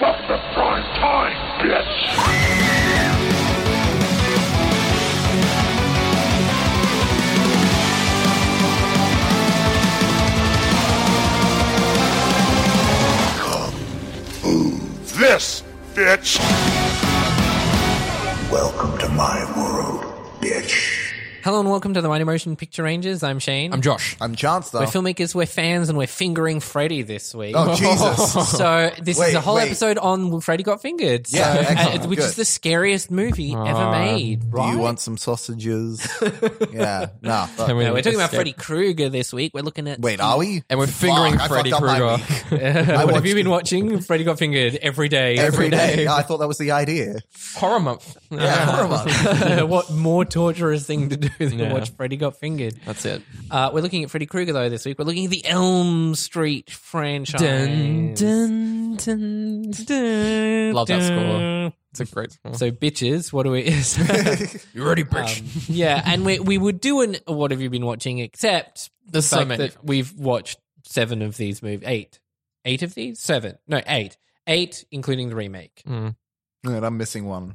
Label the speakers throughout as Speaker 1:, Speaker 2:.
Speaker 1: Welcome to prime time, bitch! This, bitch!
Speaker 2: Welcome to my world, bitch.
Speaker 3: Hello and welcome to the Mighty Motion Picture Rangers. I'm Shane.
Speaker 4: I'm Josh.
Speaker 5: I'm Chance though.
Speaker 3: We're filmmakers, we're fans, and we're fingering Freddy this week.
Speaker 5: oh Jesus!
Speaker 3: So this is
Speaker 5: Wait,
Speaker 3: a whole
Speaker 5: wait.
Speaker 3: episode on Freddy Got Fingered. So,
Speaker 5: Yeah, excellent.
Speaker 3: and- which is
Speaker 5: Good. Oh,
Speaker 3: the scariest movie ever made.
Speaker 5: Do you want some sausages? yeah. No. fuck.
Speaker 4: And we-
Speaker 3: No, we're talking about
Speaker 4: escape.
Speaker 3: Freddy Krueger this week. We're looking at
Speaker 5: Wait, are we?
Speaker 4: And we're fingering
Speaker 5: Fuck, I
Speaker 4: Freddy
Speaker 5: fucked up my
Speaker 4: Krueger.
Speaker 5: week.
Speaker 3: what have
Speaker 5: watched-
Speaker 3: you been watching? Freddy Got Fingered every day.
Speaker 5: Every day. I thought that was the idea.
Speaker 4: Horror month.
Speaker 5: Yeah, horrible.
Speaker 3: what more torturous thing to do than watch Freddy Got Fingered?
Speaker 4: That's it.
Speaker 3: Uh, we're looking at Freddy Krueger though this week. We're looking at the Elm Street franchise.
Speaker 4: dun, dun, dun. Love that score. It's a great score.
Speaker 3: So bitches, what do we? um,
Speaker 4: you ready, bitch?
Speaker 3: Yeah, and we we would do an what have you been watching? Except the
Speaker 4: There's so
Speaker 3: fact
Speaker 4: many of
Speaker 3: that we've watched seven of these movies, eight, eight of these, seven, no, eight, eight, including the remake.
Speaker 5: and I'm missing one.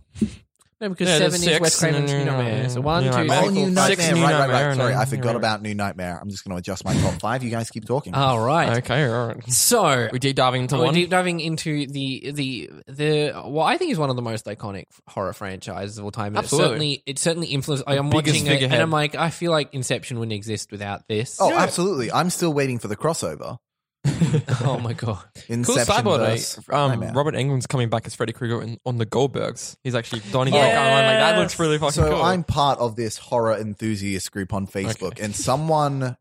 Speaker 3: No, because
Speaker 4: Hmm. Yeah, there's
Speaker 3: seven is
Speaker 4: six,
Speaker 3: Wes Craven's New
Speaker 4: and then, uh,
Speaker 3: Nightmare. So one,
Speaker 4: New
Speaker 3: two, three,
Speaker 4: Nightmare.
Speaker 5: Oh,
Speaker 3: four,
Speaker 5: new
Speaker 3: five,
Speaker 5: nightmare.
Speaker 4: Six,
Speaker 3: six.
Speaker 4: New
Speaker 5: right, right,
Speaker 4: Nightmare,
Speaker 5: right. Sorry,
Speaker 4: and
Speaker 5: I
Speaker 4: then-
Speaker 5: forgot about new nightmare. I'm just going to adjust my top five. You guys keep talking.
Speaker 4: Uh,
Speaker 3: All right.
Speaker 4: Okay, all right.
Speaker 3: So
Speaker 4: We deep diving into
Speaker 3: we're
Speaker 4: one.
Speaker 3: deep diving into the the the what I think is one of the most iconic horror franchises of all time. And
Speaker 4: Absolutely.
Speaker 3: It certainly it certainly influenced. I am
Speaker 4: biggest
Speaker 3: watching it, and
Speaker 4: figurehead.
Speaker 3: I'm like, I feel like Inception wouldn't exist without this.
Speaker 5: oh, absolutely. I'm still waiting for the crossover.
Speaker 3: oh my god.
Speaker 4: Cool
Speaker 5: Inception
Speaker 4: cyborg.
Speaker 5: verse
Speaker 4: eh? Um,
Speaker 5: Nightmare.
Speaker 4: Robert England's coming back as Freddy Krueger in- on the Goldbergs. He's actually Donnie
Speaker 3: Yes.
Speaker 4: Darko. I'm like, that looks really fucking
Speaker 5: So
Speaker 4: cool.
Speaker 5: I'm part of this horror enthusiast group on Facebook, and someone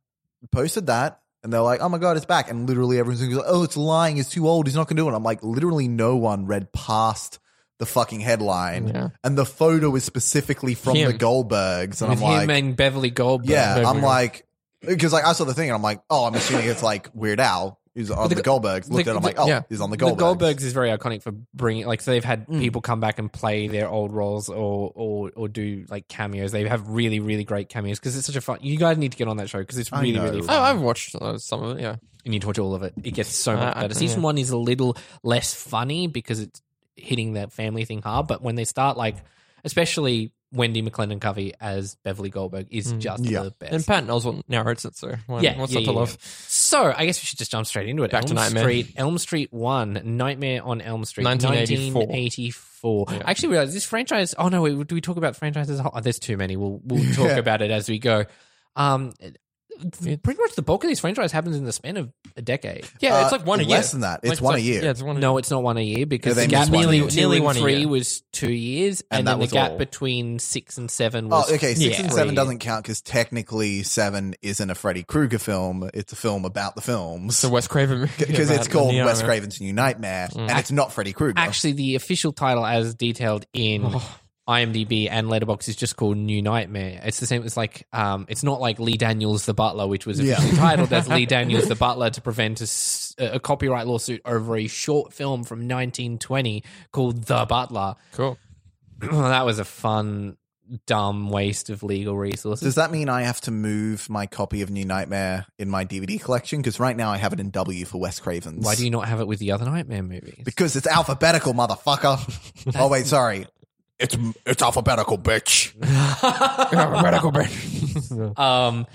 Speaker 5: posted that, and they're like, "Oh my god, it's back!" And literally everyone's like, "Oh, it's lying. It's too old. He's not going to do it." I'm like, literally, no one read past the fucking headline,
Speaker 4: Yeah.
Speaker 5: and the photo is specifically from
Speaker 4: Him.
Speaker 5: the Goldbergs, and
Speaker 3: With
Speaker 5: I'm like,
Speaker 3: him and Beverly Goldberg.
Speaker 5: "Yeah," I'm
Speaker 3: Beverly-
Speaker 5: like, because like I saw the thing, and I'm like, "Oh, I'm assuming it's like Weird Al." Who's on the, Goldbergs? Looked
Speaker 3: the-
Speaker 5: at it, I'm like,
Speaker 3: the-
Speaker 5: oh,
Speaker 4: yeah.
Speaker 5: he's on the
Speaker 3: the
Speaker 5: Goldbergs. Mm.
Speaker 3: Goldbergs is very iconic for bringing like so they've had people come back and play their old roles or or or do like cameos. They have really really great cameos because it's such a fun. You guys need to get on that show because it's
Speaker 5: I
Speaker 3: really
Speaker 5: know.
Speaker 3: really fun.
Speaker 4: Oh, I've watched uh, some of it, yeah.
Speaker 3: You need to watch all of it. It gets so much
Speaker 4: I- I-
Speaker 3: better. Season
Speaker 4: yeah.
Speaker 3: one is a little less funny because it's hitting that family thing hard. But when they start like, especially Wendy McClendon Covey as Beverly Goldberg is just
Speaker 5: Mm. Yeah.
Speaker 3: the best.
Speaker 4: And Pat Oswald narrates it, so why-
Speaker 3: Yeah,
Speaker 4: what's
Speaker 3: yeah,
Speaker 4: not
Speaker 3: yeah,
Speaker 4: to love?
Speaker 3: So I guess we should just jump straight into it.
Speaker 4: Back
Speaker 3: Elm
Speaker 4: to Nightmare.
Speaker 3: Street, Elm Street One, Nightmare on Elm Street,
Speaker 4: 1984.
Speaker 3: 1984. I actually realized this franchise. Oh no, wait, do we talk about franchises? Oh, there's too many. We'll we'll talk about it as we go. Um, pretty much the bulk of these franchises happens in the span of a decade.
Speaker 4: Yeah, it's
Speaker 5: Uh,
Speaker 4: like one a year.
Speaker 5: less than that. It's one a year.
Speaker 4: Yeah, it's one a
Speaker 3: No, it's not one a year because
Speaker 5: Yeah, they
Speaker 3: the gap
Speaker 5: missed one
Speaker 3: nearly,
Speaker 5: a year.
Speaker 3: nearly
Speaker 4: Nearly one a
Speaker 3: three
Speaker 4: year.
Speaker 3: was two years, and,
Speaker 5: And that
Speaker 3: then the
Speaker 5: was
Speaker 3: gap
Speaker 5: all.
Speaker 3: between six and seven
Speaker 5: Oh,
Speaker 3: was
Speaker 5: okay. Six
Speaker 3: yeah,
Speaker 5: and
Speaker 3: three.
Speaker 5: seven doesn't count because technically seven isn't a Freddy Krueger film. It's a film about the films
Speaker 4: The Wes Craven movie.
Speaker 5: because
Speaker 4: about
Speaker 5: it's called
Speaker 4: Neo
Speaker 5: Wes
Speaker 4: Man.
Speaker 5: Craven's New Nightmare, and it's not Freddy Krueger.
Speaker 3: Mm. Actually, the official title, as detailed in IMDb and Letterbox, is just called New Nightmare. It's the same. It's like um, it's not like Lee Daniels the Butler, which was
Speaker 5: Yeah.
Speaker 3: officially titled as Lee Daniels the Butler to prevent a, s- a copyright lawsuit over a short film from 1920 called The Butler.
Speaker 4: Cool.
Speaker 3: that was a fun, dumb waste of legal resources.
Speaker 5: does that mean I have to move my copy of New Nightmare in my DVD collection? Because right now I have it in W for Wes Craven's.
Speaker 3: Why do you not have it with the other Nightmare movies?
Speaker 5: Because it's alphabetical, motherfucker. oh wait, sorry. It's it's alphabetical, bitch.
Speaker 4: Radical brain.
Speaker 3: Um,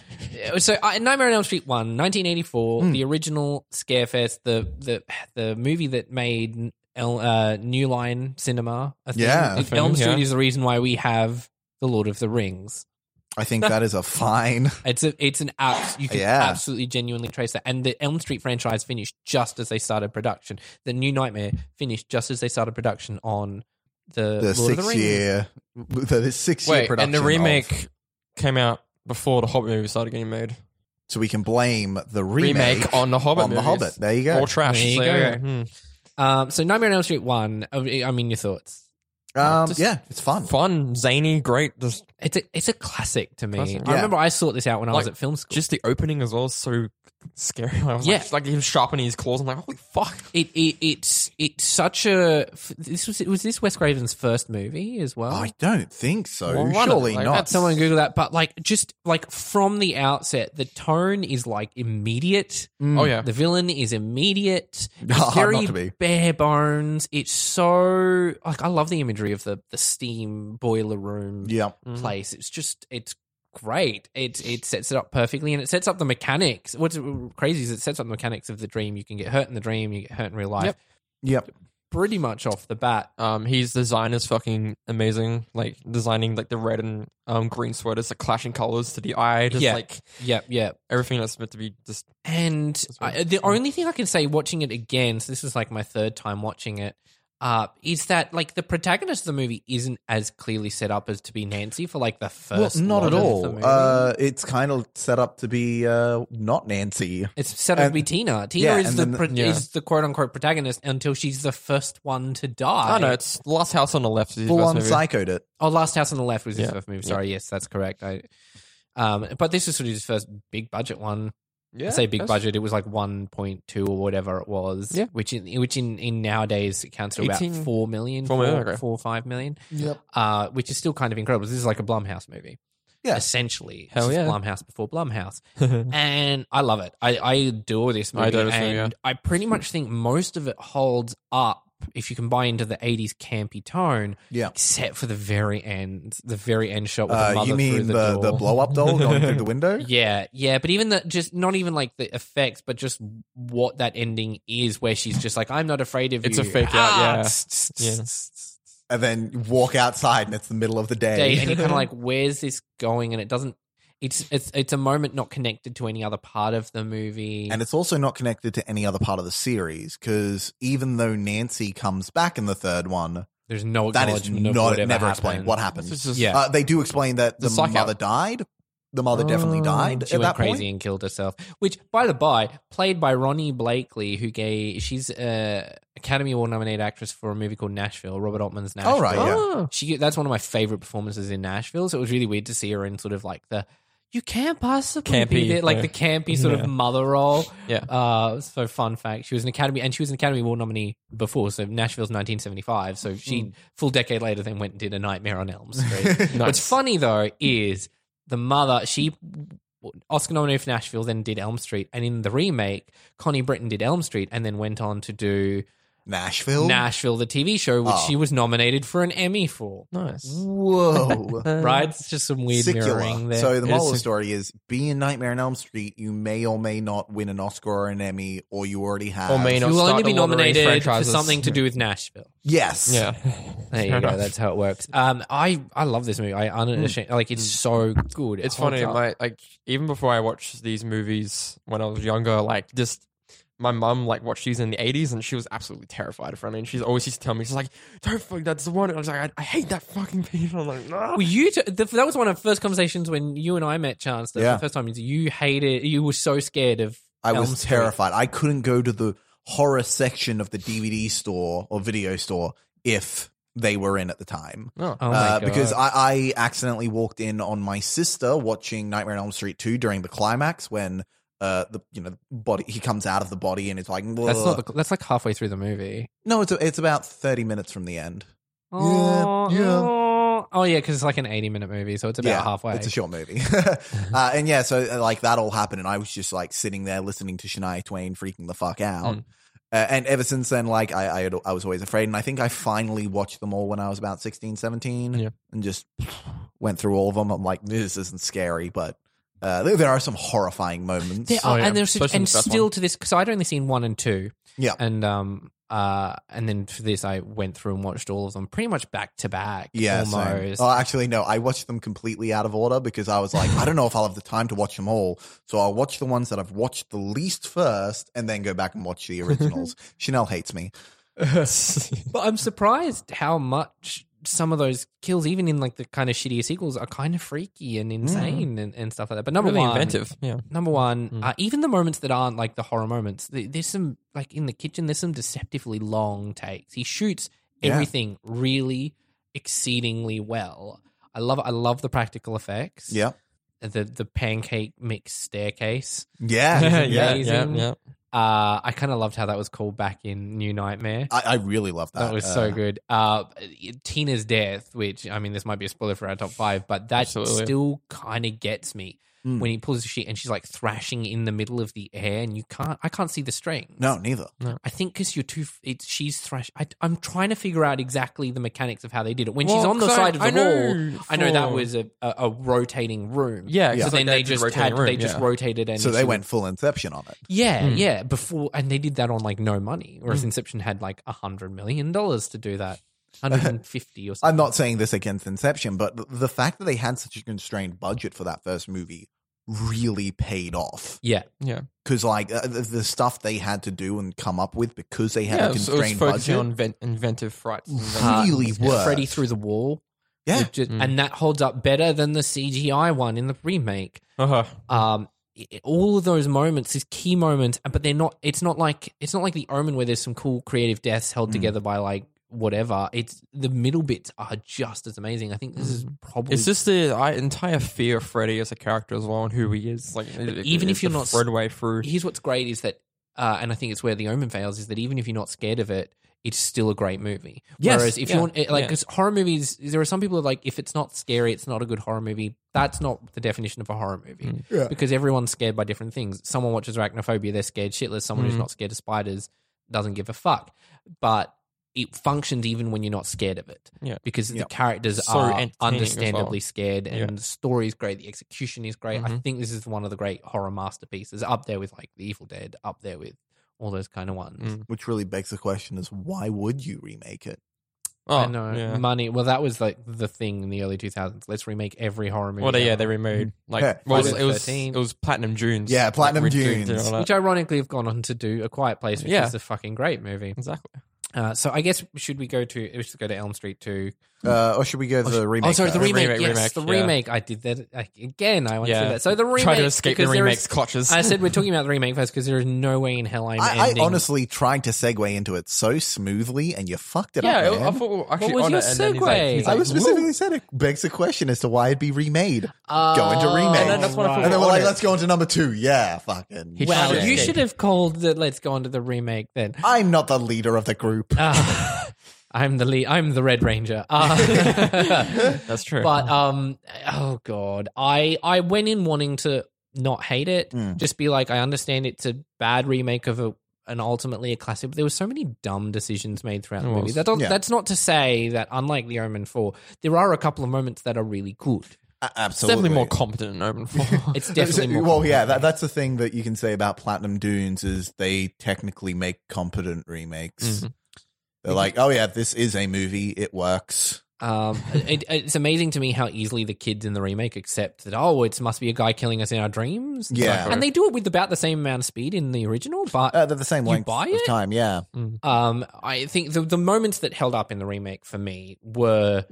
Speaker 3: so uh, Nightmare on Elm Street one, 1984, the original Scarefest, the the the movie that made El, uh, New Line Cinema. A thing.
Speaker 5: Yeah.
Speaker 3: If
Speaker 4: A thing,
Speaker 3: Elm Street
Speaker 4: yeah.
Speaker 3: is the reason why we have the Lord of the Rings.
Speaker 5: I think that is a fine.
Speaker 3: It's a it's an abs- you can
Speaker 5: Yeah.
Speaker 3: absolutely genuinely trace that. And the Elm Street franchise finished just as they started production. The New Nightmare finished just as they started production on the,
Speaker 5: The
Speaker 3: Lord of the
Speaker 5: six
Speaker 3: Rings.
Speaker 5: year, the six year
Speaker 4: Wait,
Speaker 5: production.
Speaker 4: and the
Speaker 5: of-
Speaker 4: remake came out before the Hobbit movie started getting made.
Speaker 5: so we can blame the remake,
Speaker 4: remake, on the Hobbit.
Speaker 5: on The
Speaker 4: movies.
Speaker 5: Hobbit. There you go.
Speaker 4: All trash.
Speaker 3: There you
Speaker 4: So,
Speaker 3: go.
Speaker 4: yeah. Hmm.
Speaker 3: Um, so Nightmare on Elm Street one. uh, I mean, your thoughts?
Speaker 5: um,
Speaker 4: Just-
Speaker 5: yeah, it's fun.
Speaker 4: Fun, zany, great. Just,
Speaker 3: It's a it's a classic to me.
Speaker 4: Classic.
Speaker 3: I
Speaker 5: Yeah.
Speaker 3: remember I sought this out when I was
Speaker 4: Like,
Speaker 3: at film school.
Speaker 4: just the opening as well. is So scary. I was
Speaker 3: Yeah.
Speaker 4: like, like him sharpening his claws. I'm like, holy fuck.
Speaker 3: it, it it's it's such a f- this was was this Wes Craven's first movie as well.
Speaker 5: I don't think so.
Speaker 4: Well, one of-
Speaker 5: Surely
Speaker 4: like,
Speaker 5: not.
Speaker 4: that's-
Speaker 3: Someone Google that, but like just like from the outset, the tone is like immediate.
Speaker 4: Oh yeah.
Speaker 3: The villain is immediate. It's
Speaker 5: Hard
Speaker 3: very
Speaker 5: not to be.
Speaker 3: bare bones. It's so like I love the imagery of the the steam boiler room
Speaker 5: Yeah.
Speaker 3: place. It's just it's great. It it sets it up perfectly and it sets up the mechanics. What's crazy is it sets up the mechanics of the dream. You can get hurt in the dream, you get hurt in real life.
Speaker 4: Yep.
Speaker 5: Yep.
Speaker 3: Pretty much off the bat.
Speaker 4: Um, his design is fucking amazing. Like designing like the red and um green sweaters, the clashing colors to the eye. Just
Speaker 3: Yeah.
Speaker 4: like
Speaker 3: Yep, yep.
Speaker 4: everything that's meant to be just
Speaker 3: And
Speaker 4: what-
Speaker 3: I, the only thing I can say watching it again, so this is like my third time watching it, uh, is that like the protagonist of the movie isn't as clearly set up as to be Nancy for like the
Speaker 5: Well,
Speaker 3: first.
Speaker 5: not
Speaker 3: lot
Speaker 5: at
Speaker 3: of the movie.
Speaker 5: all. Uh, it's kind of set up to be uh, not Nancy.
Speaker 3: it's set up to
Speaker 5: and-
Speaker 3: be Tina. Tina
Speaker 5: yeah,
Speaker 3: is
Speaker 5: and
Speaker 3: the
Speaker 5: then-
Speaker 3: pro-
Speaker 4: yeah.
Speaker 3: is the quote unquote protagonist until she's the first one to die.
Speaker 4: I don't know. It's the last house on the left. Is his
Speaker 5: Full
Speaker 4: best
Speaker 5: on
Speaker 4: movie.
Speaker 5: psychoed it.
Speaker 3: Oh, Last House on the Left was his
Speaker 4: Yeah.
Speaker 3: first movie. Sorry, yes, that's correct. I, um, but this was sort of his first big budget one.
Speaker 4: Yeah,
Speaker 3: I say big
Speaker 4: that's-
Speaker 3: budget, it was like one point two or whatever it was.
Speaker 4: Yeah.
Speaker 3: which in which in, in nowadays accounts to about
Speaker 4: 18
Speaker 3: four million,
Speaker 4: Four million,
Speaker 3: four-
Speaker 4: okay.
Speaker 3: four or five million.
Speaker 5: Yep.
Speaker 3: Uh, which is still kind of incredible. This is like a Blumhouse movie,
Speaker 5: Yeah.
Speaker 3: essentially. It's
Speaker 4: Hell
Speaker 3: just
Speaker 4: yeah.
Speaker 3: Blumhouse before Blumhouse, and I love it. I, I adore this movie,
Speaker 4: I adore this
Speaker 3: and
Speaker 4: movie, yeah.
Speaker 3: I pretty much think most of it holds up if you can buy into the '80s campy tone
Speaker 5: Yeah.
Speaker 3: except for the very end, the very end shot with the
Speaker 5: Uh,
Speaker 3: mother
Speaker 5: you
Speaker 3: through
Speaker 5: mean
Speaker 3: the,
Speaker 5: the,
Speaker 3: door.
Speaker 5: the blow up doll going through the window?
Speaker 3: Yeah, yeah, but even the just not even like the effects, but just what that ending is, where she's just like, "I'm not afraid of
Speaker 4: It's
Speaker 3: you."
Speaker 4: a fake out,
Speaker 3: Ah,
Speaker 4: yeah.
Speaker 3: tss, tss,
Speaker 4: Yeah.
Speaker 3: tss,
Speaker 5: And then you walk outside and it's the middle of the
Speaker 3: tss,
Speaker 5: day.
Speaker 3: day, and you're kind of like, "Where's this going?" And it doesn't. It's it's it's a moment not connected to any other part of the movie.
Speaker 5: And it's also not connected to any other part of the series because even though Nancy comes back in the third one,
Speaker 3: There's no
Speaker 5: that is
Speaker 3: acknowledgement of
Speaker 5: not
Speaker 3: whatever
Speaker 5: never
Speaker 3: happened.
Speaker 5: explained what
Speaker 4: This
Speaker 5: happened.
Speaker 4: is just-
Speaker 3: Yeah.
Speaker 5: Uh, they do explain that the,
Speaker 4: The psych
Speaker 5: mother
Speaker 4: out.
Speaker 5: died. The mother definitely
Speaker 4: Oh,
Speaker 5: died
Speaker 3: She
Speaker 5: at
Speaker 3: went
Speaker 5: that
Speaker 3: crazy
Speaker 5: point.
Speaker 3: and killed herself. Which, by the by, played by Ronnie Blakely, who gave she's a Academy Award nominated actress for a movie called Nashville. Robert Altman's Nashville.
Speaker 5: Oh, right, yeah.
Speaker 4: Oh.
Speaker 3: She that's one of my favorite performances in Nashville. So it was really weird to see her in sort of like the you can't possibly be
Speaker 4: Campy,
Speaker 3: there, like
Speaker 4: yeah.
Speaker 3: the campy sort
Speaker 4: Yeah.
Speaker 3: of mother role.
Speaker 4: Yeah.
Speaker 3: Uh, so fun fact, she was an Academy and she was an Academy Award nominee before. So Nashville's 1975. So
Speaker 5: Hmm.
Speaker 3: she full decade later then went and did a Nightmare on Elm Street. What's funny though is the mother she Oscar nominated for Nashville, then did Elm Street, and in the remake, Connie Britton did Elm Street, and then went on to do
Speaker 5: Nashville.
Speaker 3: Nashville, the TV show, which
Speaker 5: Oh.
Speaker 3: she was nominated for an Emmy for.
Speaker 4: Nice.
Speaker 5: Whoa.
Speaker 3: Uh, Right? It's just some weird mirroring
Speaker 5: Secular.
Speaker 3: there.
Speaker 5: So the
Speaker 4: It
Speaker 5: moral
Speaker 4: is
Speaker 5: of the
Speaker 4: sic-
Speaker 5: story is: be in Nightmare on Elm Street, you may or may not win an Oscar or an Emmy, or you already have.
Speaker 4: Or may
Speaker 3: you
Speaker 4: not
Speaker 3: will
Speaker 4: start
Speaker 3: only be
Speaker 4: the lottery
Speaker 3: nominated for
Speaker 4: franchises.
Speaker 3: something to do with Nashville.
Speaker 5: Yes.
Speaker 4: Yeah.
Speaker 3: There you
Speaker 4: Fair
Speaker 3: go.
Speaker 4: enough.
Speaker 3: That's how it works. Um, I I love this movie. I unashamed like it's so good. It
Speaker 4: it's
Speaker 3: holds
Speaker 4: funny.
Speaker 3: Hmm. up.
Speaker 4: My like even before I watched these movies when I was younger, like just my mum like watched these in the eighties and she was absolutely terrified of them. And she's always used to tell me, she's like, "Don't fuck that's the one." And I was like, "I, I hate that fucking people." I'm like, "No."
Speaker 3: Well, you t- the, that was one of the first conversations when you and I met, Chance. That was
Speaker 5: Yeah.
Speaker 3: The first time you- you hated, you were so scared of.
Speaker 5: I
Speaker 3: Elm
Speaker 5: was
Speaker 3: Street.
Speaker 5: terrified. I couldn't go to the horror section of the DVD store or video store if they were in at the time.
Speaker 4: No.
Speaker 3: Oh my
Speaker 5: uh,
Speaker 3: God.
Speaker 5: because I, I accidentally walked in on my sister watching Nightmare on Elm Street 2 during the climax when uh the you know the body he comes out of the body and it's like
Speaker 3: that's
Speaker 5: "Ugh."
Speaker 3: not the, that's like halfway through the movie.
Speaker 5: no it's it's about 30 minutes from the end
Speaker 3: Oh,
Speaker 5: yeah.
Speaker 3: Oh, oh, yeah, because it's like an eighty-minute movie, so it's about halfway.
Speaker 5: It's a short movie. uh, and yeah, so uh, like that all happened, and I was just like sitting there listening to Shania Twain freaking the fuck
Speaker 3: Hmm.
Speaker 5: out.
Speaker 4: Mm.
Speaker 5: Uh, and ever since then, like I, I, had, I was always afraid, and I think I finally watched them all when I was about 16, 17,
Speaker 4: Yeah.
Speaker 5: and just went through all of them. I'm like, this isn't scary, but uh, there, there are some horrifying moments.
Speaker 3: There are,
Speaker 4: yeah.
Speaker 3: and there's such,
Speaker 4: Especially
Speaker 3: and
Speaker 4: the first
Speaker 3: still
Speaker 4: one.
Speaker 3: to this because I'd only seen one and two.
Speaker 5: Yeah.
Speaker 3: and um uh and then for this I went through and watched all of them pretty much back to back.
Speaker 5: yeah, same.
Speaker 3: almost.
Speaker 5: Oh, actually, no. I watched them completely out of order because I was like, I don't know if I'll have the time to watch them all, so I'll watch the ones that I've watched the least first, and then go back and watch the originals. Chanel hates me.
Speaker 3: But I'm surprised how much some of those kills, even in like the kind of shittier sequels, are kind of freaky and insane and, and stuff like that. But number
Speaker 4: really
Speaker 3: one,
Speaker 4: inventive. Yeah.
Speaker 3: Number one, uh, even the moments that aren't like the horror moments, th- there's some like in the kitchen. There's some deceptively long takes. He shoots
Speaker 5: Yeah.
Speaker 3: everything really exceedingly well. I love. I love the practical effects.
Speaker 5: Yeah.
Speaker 3: The the pancake mix staircase.
Speaker 5: Yeah.
Speaker 4: yeah, yeah,
Speaker 3: amazing.
Speaker 4: yeah.
Speaker 3: Uh, I kind of loved how that was called back in New Nightmare.
Speaker 5: I, I really love that.
Speaker 3: That was
Speaker 5: Uh,
Speaker 3: so good. Uh, Tina's death, which I mean, this might be a spoiler for our top five, but that
Speaker 4: Absolutely. Hmm.
Speaker 3: still kind of gets me
Speaker 5: Mm.
Speaker 3: when he pulls the sheet and she's like thrashing in the middle of the air, and you can't, I can't see the strings.
Speaker 5: No, neither.
Speaker 3: I think because you're too, it's she's thrash. I, am trying to figure out exactly the mechanics of how they did it. When she's
Speaker 4: Well,
Speaker 3: on the
Speaker 4: 'cause I-
Speaker 3: side of the
Speaker 4: I
Speaker 3: wall,
Speaker 4: know
Speaker 3: I know that
Speaker 4: for-
Speaker 3: was a, a, a rotating room.
Speaker 4: Yeah,
Speaker 3: So
Speaker 4: yeah.
Speaker 3: then they just had, they just rotated and
Speaker 5: So they
Speaker 3: she-
Speaker 5: went full inception on it.
Speaker 3: yeah,
Speaker 5: Hmm.
Speaker 3: yeah. Before and they did that on like no money, whereas Inception had like a hundred million dollars to do that, hundred and fifty or something.
Speaker 5: I'm not saying this against Inception, but th- the fact that they had such a constrained budget for that first movie really paid off
Speaker 3: Yeah,
Speaker 5: because like uh, the, the stuff they had to do and come up with because they had
Speaker 4: Yeah,
Speaker 5: a
Speaker 4: it was, it was
Speaker 5: constrained
Speaker 4: focusing
Speaker 5: budget
Speaker 4: on invent- inventive frights. and inventive-
Speaker 3: Uh,
Speaker 5: really worked.
Speaker 3: Freddy through the wall.
Speaker 5: Yeah.
Speaker 3: Which is- and that holds up better than the CGI one in the remake.
Speaker 4: Uh-huh.
Speaker 3: Um, i- i- all of those moments, these key moments, but they're not. It's not like it's not like the Omen where there's some cool creative deaths held
Speaker 5: Hmm.
Speaker 3: together by like whatever. It's the middle bits are just as amazing. I think this is probably
Speaker 4: It's just the I, entire fear of Freddy as a character as well and who he is. Like it- it-
Speaker 3: even if
Speaker 4: it's
Speaker 3: you're
Speaker 4: the
Speaker 3: not s-
Speaker 4: Fred way through.
Speaker 3: here's what's great is that, uh, and I think it's where the Omen fails is that even if you're not scared of it, it's still a great movie.
Speaker 4: Yes,
Speaker 3: Whereas if
Speaker 4: yeah,
Speaker 3: you want, it- like,
Speaker 4: yeah.
Speaker 3: because horror movies, there are some people who are like, if it's not scary, it's not a good horror movie. That's not the definition of a horror movie
Speaker 4: Mm.
Speaker 3: because everyone's scared by different things. Someone watches Arachnophobia, they're scared shitless. Someone who's
Speaker 4: Mm.
Speaker 3: not scared of spiders doesn't give a fuck. But it functions even when you're not scared of it.
Speaker 4: Yeah.
Speaker 3: Because
Speaker 5: Yeah.
Speaker 3: the characters
Speaker 4: So
Speaker 3: are
Speaker 4: entertaining as well.
Speaker 3: understandably scared and
Speaker 4: Yeah.
Speaker 3: the story is great. The execution is great. I
Speaker 4: Mhm.
Speaker 3: think this is one of the great horror masterpieces up there with like The Evil Dead, up there with all those kind of ones.
Speaker 4: Mm.
Speaker 5: which really begs the question is why would you remake it
Speaker 4: oh,
Speaker 3: I know
Speaker 4: Yeah.
Speaker 3: money. Well, that was like the thing in the early 2000s. Let's remake every horror movie.
Speaker 4: Well, they, yeah,
Speaker 3: ever.
Speaker 4: they remade like
Speaker 5: Yeah.
Speaker 4: well, it was-
Speaker 3: Friday
Speaker 4: it was
Speaker 3: 13.
Speaker 4: it was Platinum Dunes.
Speaker 5: Yeah,
Speaker 4: like,
Speaker 5: Platinum
Speaker 4: Red Dunes and
Speaker 5: Dunes.
Speaker 4: all that.
Speaker 3: which ironically have gone on to do A Quiet Place, which
Speaker 4: uh, Yeah.
Speaker 3: is a fucking great movie.
Speaker 4: exactly.
Speaker 3: Uh, so I guess should we go to we should go to Elm Street two?
Speaker 5: uh, or should we go to the remake uh,
Speaker 3: Oh, sorry, the
Speaker 5: first?
Speaker 3: remake.
Speaker 4: remake,
Speaker 3: yes,
Speaker 4: remake,
Speaker 3: the
Speaker 4: yeah.
Speaker 3: remake. I did that I, again. I went
Speaker 4: Yeah.
Speaker 3: through that. So the remake.
Speaker 4: Try to escape the
Speaker 3: because there
Speaker 4: remake's
Speaker 3: is-
Speaker 4: clutches.
Speaker 3: I said we're talking about the remake first because there is no way in hell I'm
Speaker 5: I, I
Speaker 3: ending.
Speaker 5: honestly tried to segue into it so smoothly and you fucked it
Speaker 4: yeah,
Speaker 5: up
Speaker 4: I
Speaker 5: man.
Speaker 4: thought we were actually
Speaker 3: was
Speaker 4: on
Speaker 3: your
Speaker 4: it, and then he's like-
Speaker 3: segue?
Speaker 4: he's
Speaker 5: I
Speaker 4: like,
Speaker 5: was specifically said it begs the question as to why it'd be
Speaker 3: Uh,
Speaker 5: remade. go into
Speaker 3: Oh,
Speaker 5: remake.
Speaker 4: And then that's what I thought
Speaker 5: And then we're
Speaker 4: on
Speaker 5: like,
Speaker 4: it.
Speaker 5: let's go on to number two. Yeah, fucking.
Speaker 4: He
Speaker 3: Well,
Speaker 4: tried to
Speaker 3: you
Speaker 4: escape.
Speaker 3: should have called the Let's go on to the remake then.
Speaker 5: I'm not the leader of the group.
Speaker 3: Uh, I'm the lead, I'm the Red Ranger. Uh,
Speaker 4: That's true.
Speaker 3: But um, oh god, I I went in wanting to not hate it,
Speaker 5: Mm.
Speaker 3: just be like, I understand it's a bad remake of a an ultimately a classic, but there were so many dumb decisions made throughout the
Speaker 4: It
Speaker 3: movie.
Speaker 4: was.
Speaker 3: That don't-
Speaker 5: Yeah.
Speaker 3: That's not to say that, unlike The Omen Four, there are a couple of moments that are really good.
Speaker 5: A-
Speaker 4: it's
Speaker 5: Absolutely.
Speaker 4: definitely more competent in Omen Four.
Speaker 3: It's definitely more
Speaker 5: well, yeah,
Speaker 3: complicated.
Speaker 5: that, that's the thing that you can say about Platinum Dunes is they technically make competent remakes.
Speaker 3: Mm-hmm.
Speaker 4: Mhm.
Speaker 5: They're like, oh yeah, this is a movie. It works.
Speaker 3: Um, it, it's amazing to me how easily the kids in the remake accept that. Oh, it must be a guy killing us in our dreams.
Speaker 5: Yeah.
Speaker 3: and they do it with about the same amount of speed in the original, but
Speaker 5: Uh, they're the same
Speaker 3: You
Speaker 5: length
Speaker 3: buy
Speaker 5: of
Speaker 3: it?
Speaker 5: time. Yeah.
Speaker 3: Um, I think the the moments that held up in the remake for me were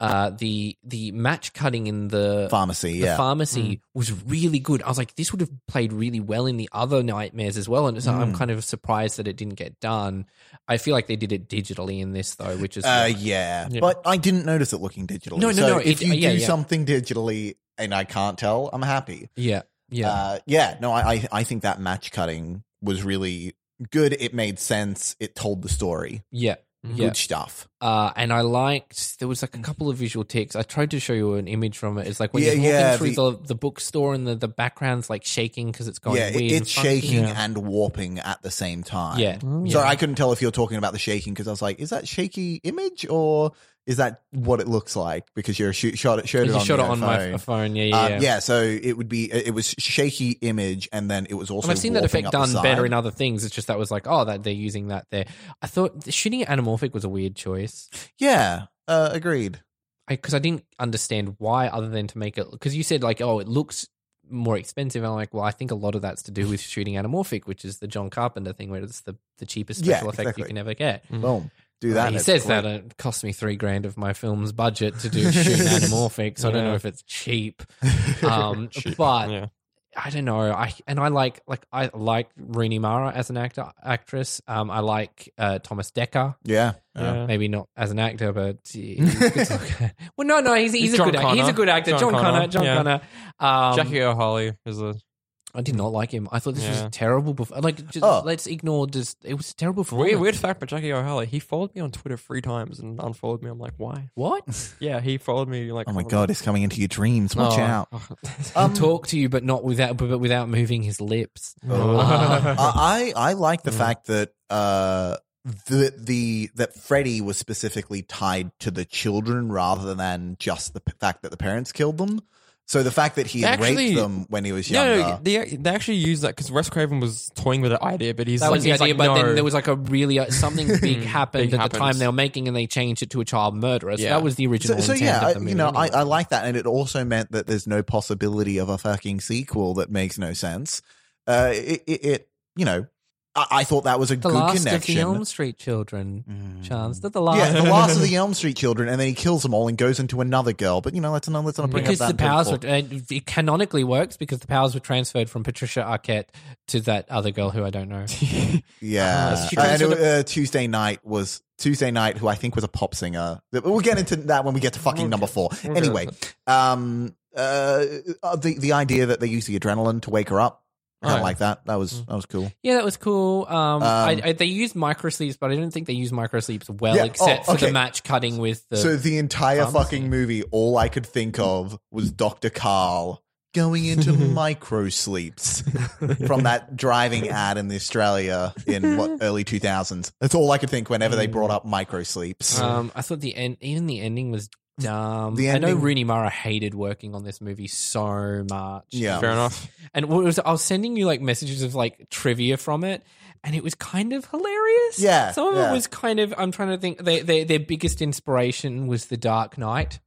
Speaker 3: uh, the the match cutting in the,
Speaker 5: Pharmacy.
Speaker 3: the
Speaker 5: Yeah.
Speaker 3: pharmacy was really good. I was like, this would have played really well in the other nightmares as well, and so I'm
Speaker 5: Mm.
Speaker 3: kind of surprised that it didn't get done. I feel like they did it digitally in this though, which is
Speaker 5: Uh, yeah.
Speaker 4: Yeah.
Speaker 5: But I didn't notice it looking digitally.
Speaker 3: No, no,
Speaker 5: So
Speaker 3: no,
Speaker 5: If
Speaker 3: it-
Speaker 5: you
Speaker 3: uh, yeah,
Speaker 5: do
Speaker 3: yeah.
Speaker 5: something digitally and I can't tell, I'm happy.
Speaker 3: yeah, yeah.
Speaker 5: Uh, yeah. No, I, I, I think that match cutting was really good. It made sense. It told the story.
Speaker 3: yeah, yeah.
Speaker 4: Mhm.
Speaker 5: Good stuff.
Speaker 3: Uh, and I liked there was like a couple of visual ticks. I tried to show you an image from it. It's like when
Speaker 5: Yeah,
Speaker 3: you're walking
Speaker 5: yeah,
Speaker 3: through the, the bookstore and the, the background's like shaking because it's going
Speaker 5: yeah.
Speaker 3: weird.
Speaker 5: It,
Speaker 3: and
Speaker 5: it's
Speaker 3: funky.
Speaker 5: shaking
Speaker 4: Yeah.
Speaker 5: and warping at the same time.
Speaker 3: Yeah,
Speaker 4: Mm.
Speaker 3: yeah.
Speaker 5: Sorry, I couldn't tell if you're talking about the shaking because I was like, is that shaky image or is that what it looks like? Because you're shoot, shot it, showed it
Speaker 3: You
Speaker 5: on,
Speaker 3: shot
Speaker 5: your
Speaker 3: it
Speaker 5: phone.
Speaker 3: on my f- phone. Yeah, yeah.
Speaker 5: Um,
Speaker 3: yeah.
Speaker 5: yeah, so it would be it was shaky image, and then it was also.
Speaker 3: And I've seen that
Speaker 5: warping
Speaker 3: effect
Speaker 5: up the
Speaker 3: done
Speaker 5: side.
Speaker 3: better in other things. It's just that was like, oh, that they're using that there. I thought the shooting at anamorphic was a weird choice
Speaker 5: Yeah, uh, agreed.
Speaker 3: because I, didn't understand why, other than to make it. Because you said like, oh, it looks more expensive. And I'm like, well, I think a lot of that's to do with shooting anamorphic, which is the John Carpenter thing, where it's the, the cheapest
Speaker 5: Yeah,
Speaker 3: special effect
Speaker 5: exactly.
Speaker 3: you can ever get.
Speaker 5: Boom. Do that.
Speaker 3: he
Speaker 5: It's
Speaker 3: says
Speaker 5: great.
Speaker 3: that and it cost me three grand of my film's budget to do shoot anamorphic, so I don't know
Speaker 4: Yeah.
Speaker 3: if it's cheap. Um, but
Speaker 4: yeah.
Speaker 3: I don't know. I and I like like I like Rooney Mara as an actor actress. Um, I like uh, Thomas Decker.
Speaker 5: Yeah. uh,
Speaker 4: Yeah.
Speaker 3: Maybe not as an actor, but he- he's a good looker. well, no, no, he's, he's,
Speaker 4: He's
Speaker 3: a
Speaker 4: John
Speaker 3: good actor. He's a
Speaker 4: Connor.
Speaker 3: good actor. John,
Speaker 4: John
Speaker 3: Connor.
Speaker 4: Connor,
Speaker 3: John
Speaker 4: yeah.
Speaker 3: Connor. Um,
Speaker 4: Jackie O'Holly is a
Speaker 3: I did not like him. I thought this
Speaker 4: Yeah.
Speaker 3: was terrible. Before, like, just,
Speaker 5: Oh.
Speaker 3: let's ignore. Just it was terrible. For
Speaker 4: weird, weird fact, but Jackie O'Holly, he followed me on Twitter three times and unfollowed me. I'm like, why?
Speaker 3: What?
Speaker 4: Yeah, he followed me. Like, Oh.
Speaker 5: Oh my god, it's coming into your dreams. Watch
Speaker 3: Oh.
Speaker 5: out.
Speaker 3: He'll talk to you, but not without, but without moving his lips.
Speaker 5: Uh, I I like the
Speaker 3: Mm.
Speaker 5: fact that uh the the that Freddy was specifically tied to the children rather than just the p- fact that the parents killed them. So the fact that he had
Speaker 4: Actually-
Speaker 5: raped them when he was
Speaker 4: No,
Speaker 5: younger.
Speaker 4: no, they, they actually used that because Wes Craven was toying with the idea, but he's
Speaker 3: That
Speaker 4: like,
Speaker 3: was the
Speaker 4: he's
Speaker 3: idea,
Speaker 4: like,
Speaker 3: but
Speaker 4: no.
Speaker 3: then there was like a really uh, something big happened
Speaker 4: Big
Speaker 3: at the
Speaker 4: happens.
Speaker 3: time they were making, and they changed it to a child murderer. So
Speaker 4: Yeah.
Speaker 3: that was the
Speaker 5: so,
Speaker 3: original.
Speaker 5: so
Speaker 3: intent
Speaker 5: yeah,
Speaker 3: of
Speaker 5: I,
Speaker 3: the
Speaker 5: you
Speaker 3: movie
Speaker 5: know, I,
Speaker 3: anyway.
Speaker 5: I like that, and it also meant that there's no possibility of a fucking sequel that makes no sense. Uh, it, it, it you know, I, I thought that was a
Speaker 3: the
Speaker 5: good
Speaker 3: last
Speaker 5: connection. Mm.
Speaker 3: of the Elm Street children. Chance that the
Speaker 5: yeah,
Speaker 3: last
Speaker 5: the last of the Elm Street children, and then he kills them all and goes into another girl. But you know, let's not let's not bring
Speaker 3: because
Speaker 5: up
Speaker 3: the
Speaker 5: that
Speaker 3: powers were,
Speaker 5: dreadful-
Speaker 3: uh, it canonically works because the powers were transferred from Patricia Arquette to that other girl who I don't know.
Speaker 5: Yeah,
Speaker 3: she
Speaker 5: Uh, and
Speaker 3: transferred
Speaker 5: it, uh, Tuesday night was Tuesday night, who I think was a pop singer. But We'll get into that when we get to fucking number 4
Speaker 4: We'll get
Speaker 5: anyway, um, uh, uh, the the idea that they use the adrenaline to wake her up, I
Speaker 4: Oh,
Speaker 5: kinda
Speaker 4: yeah.
Speaker 5: like that. That
Speaker 3: Mm.
Speaker 5: was that was cool.
Speaker 3: Yeah, that was cool. Um, I,
Speaker 5: Um,
Speaker 3: I, they used microsleeps, but I don't think they used microsleeps well,
Speaker 5: Yeah,
Speaker 3: except
Speaker 5: oh,
Speaker 3: for
Speaker 5: okay.
Speaker 3: the match cutting with the.
Speaker 5: so the entire
Speaker 3: pharmacy.
Speaker 5: fucking movie, all I could think of was Dr. Carl going into micro sleeps from that driving ad in Australia in what early 2000s. That's all I could think whenever they brought up micro sleeps.
Speaker 3: um, I thought the end, even the ending was dumb.
Speaker 5: The
Speaker 3: I know
Speaker 5: ending-
Speaker 3: Rooney Mara hated working on this movie so much.
Speaker 5: Yeah.
Speaker 4: Fair enough.
Speaker 3: and what was I was sending you like messages of like trivia from it, and it was kind of hilarious.
Speaker 5: Yeah,
Speaker 3: some of
Speaker 5: yeah.
Speaker 3: it was kind of. I'm trying to think. They, they, their biggest inspiration was The Dark Knight.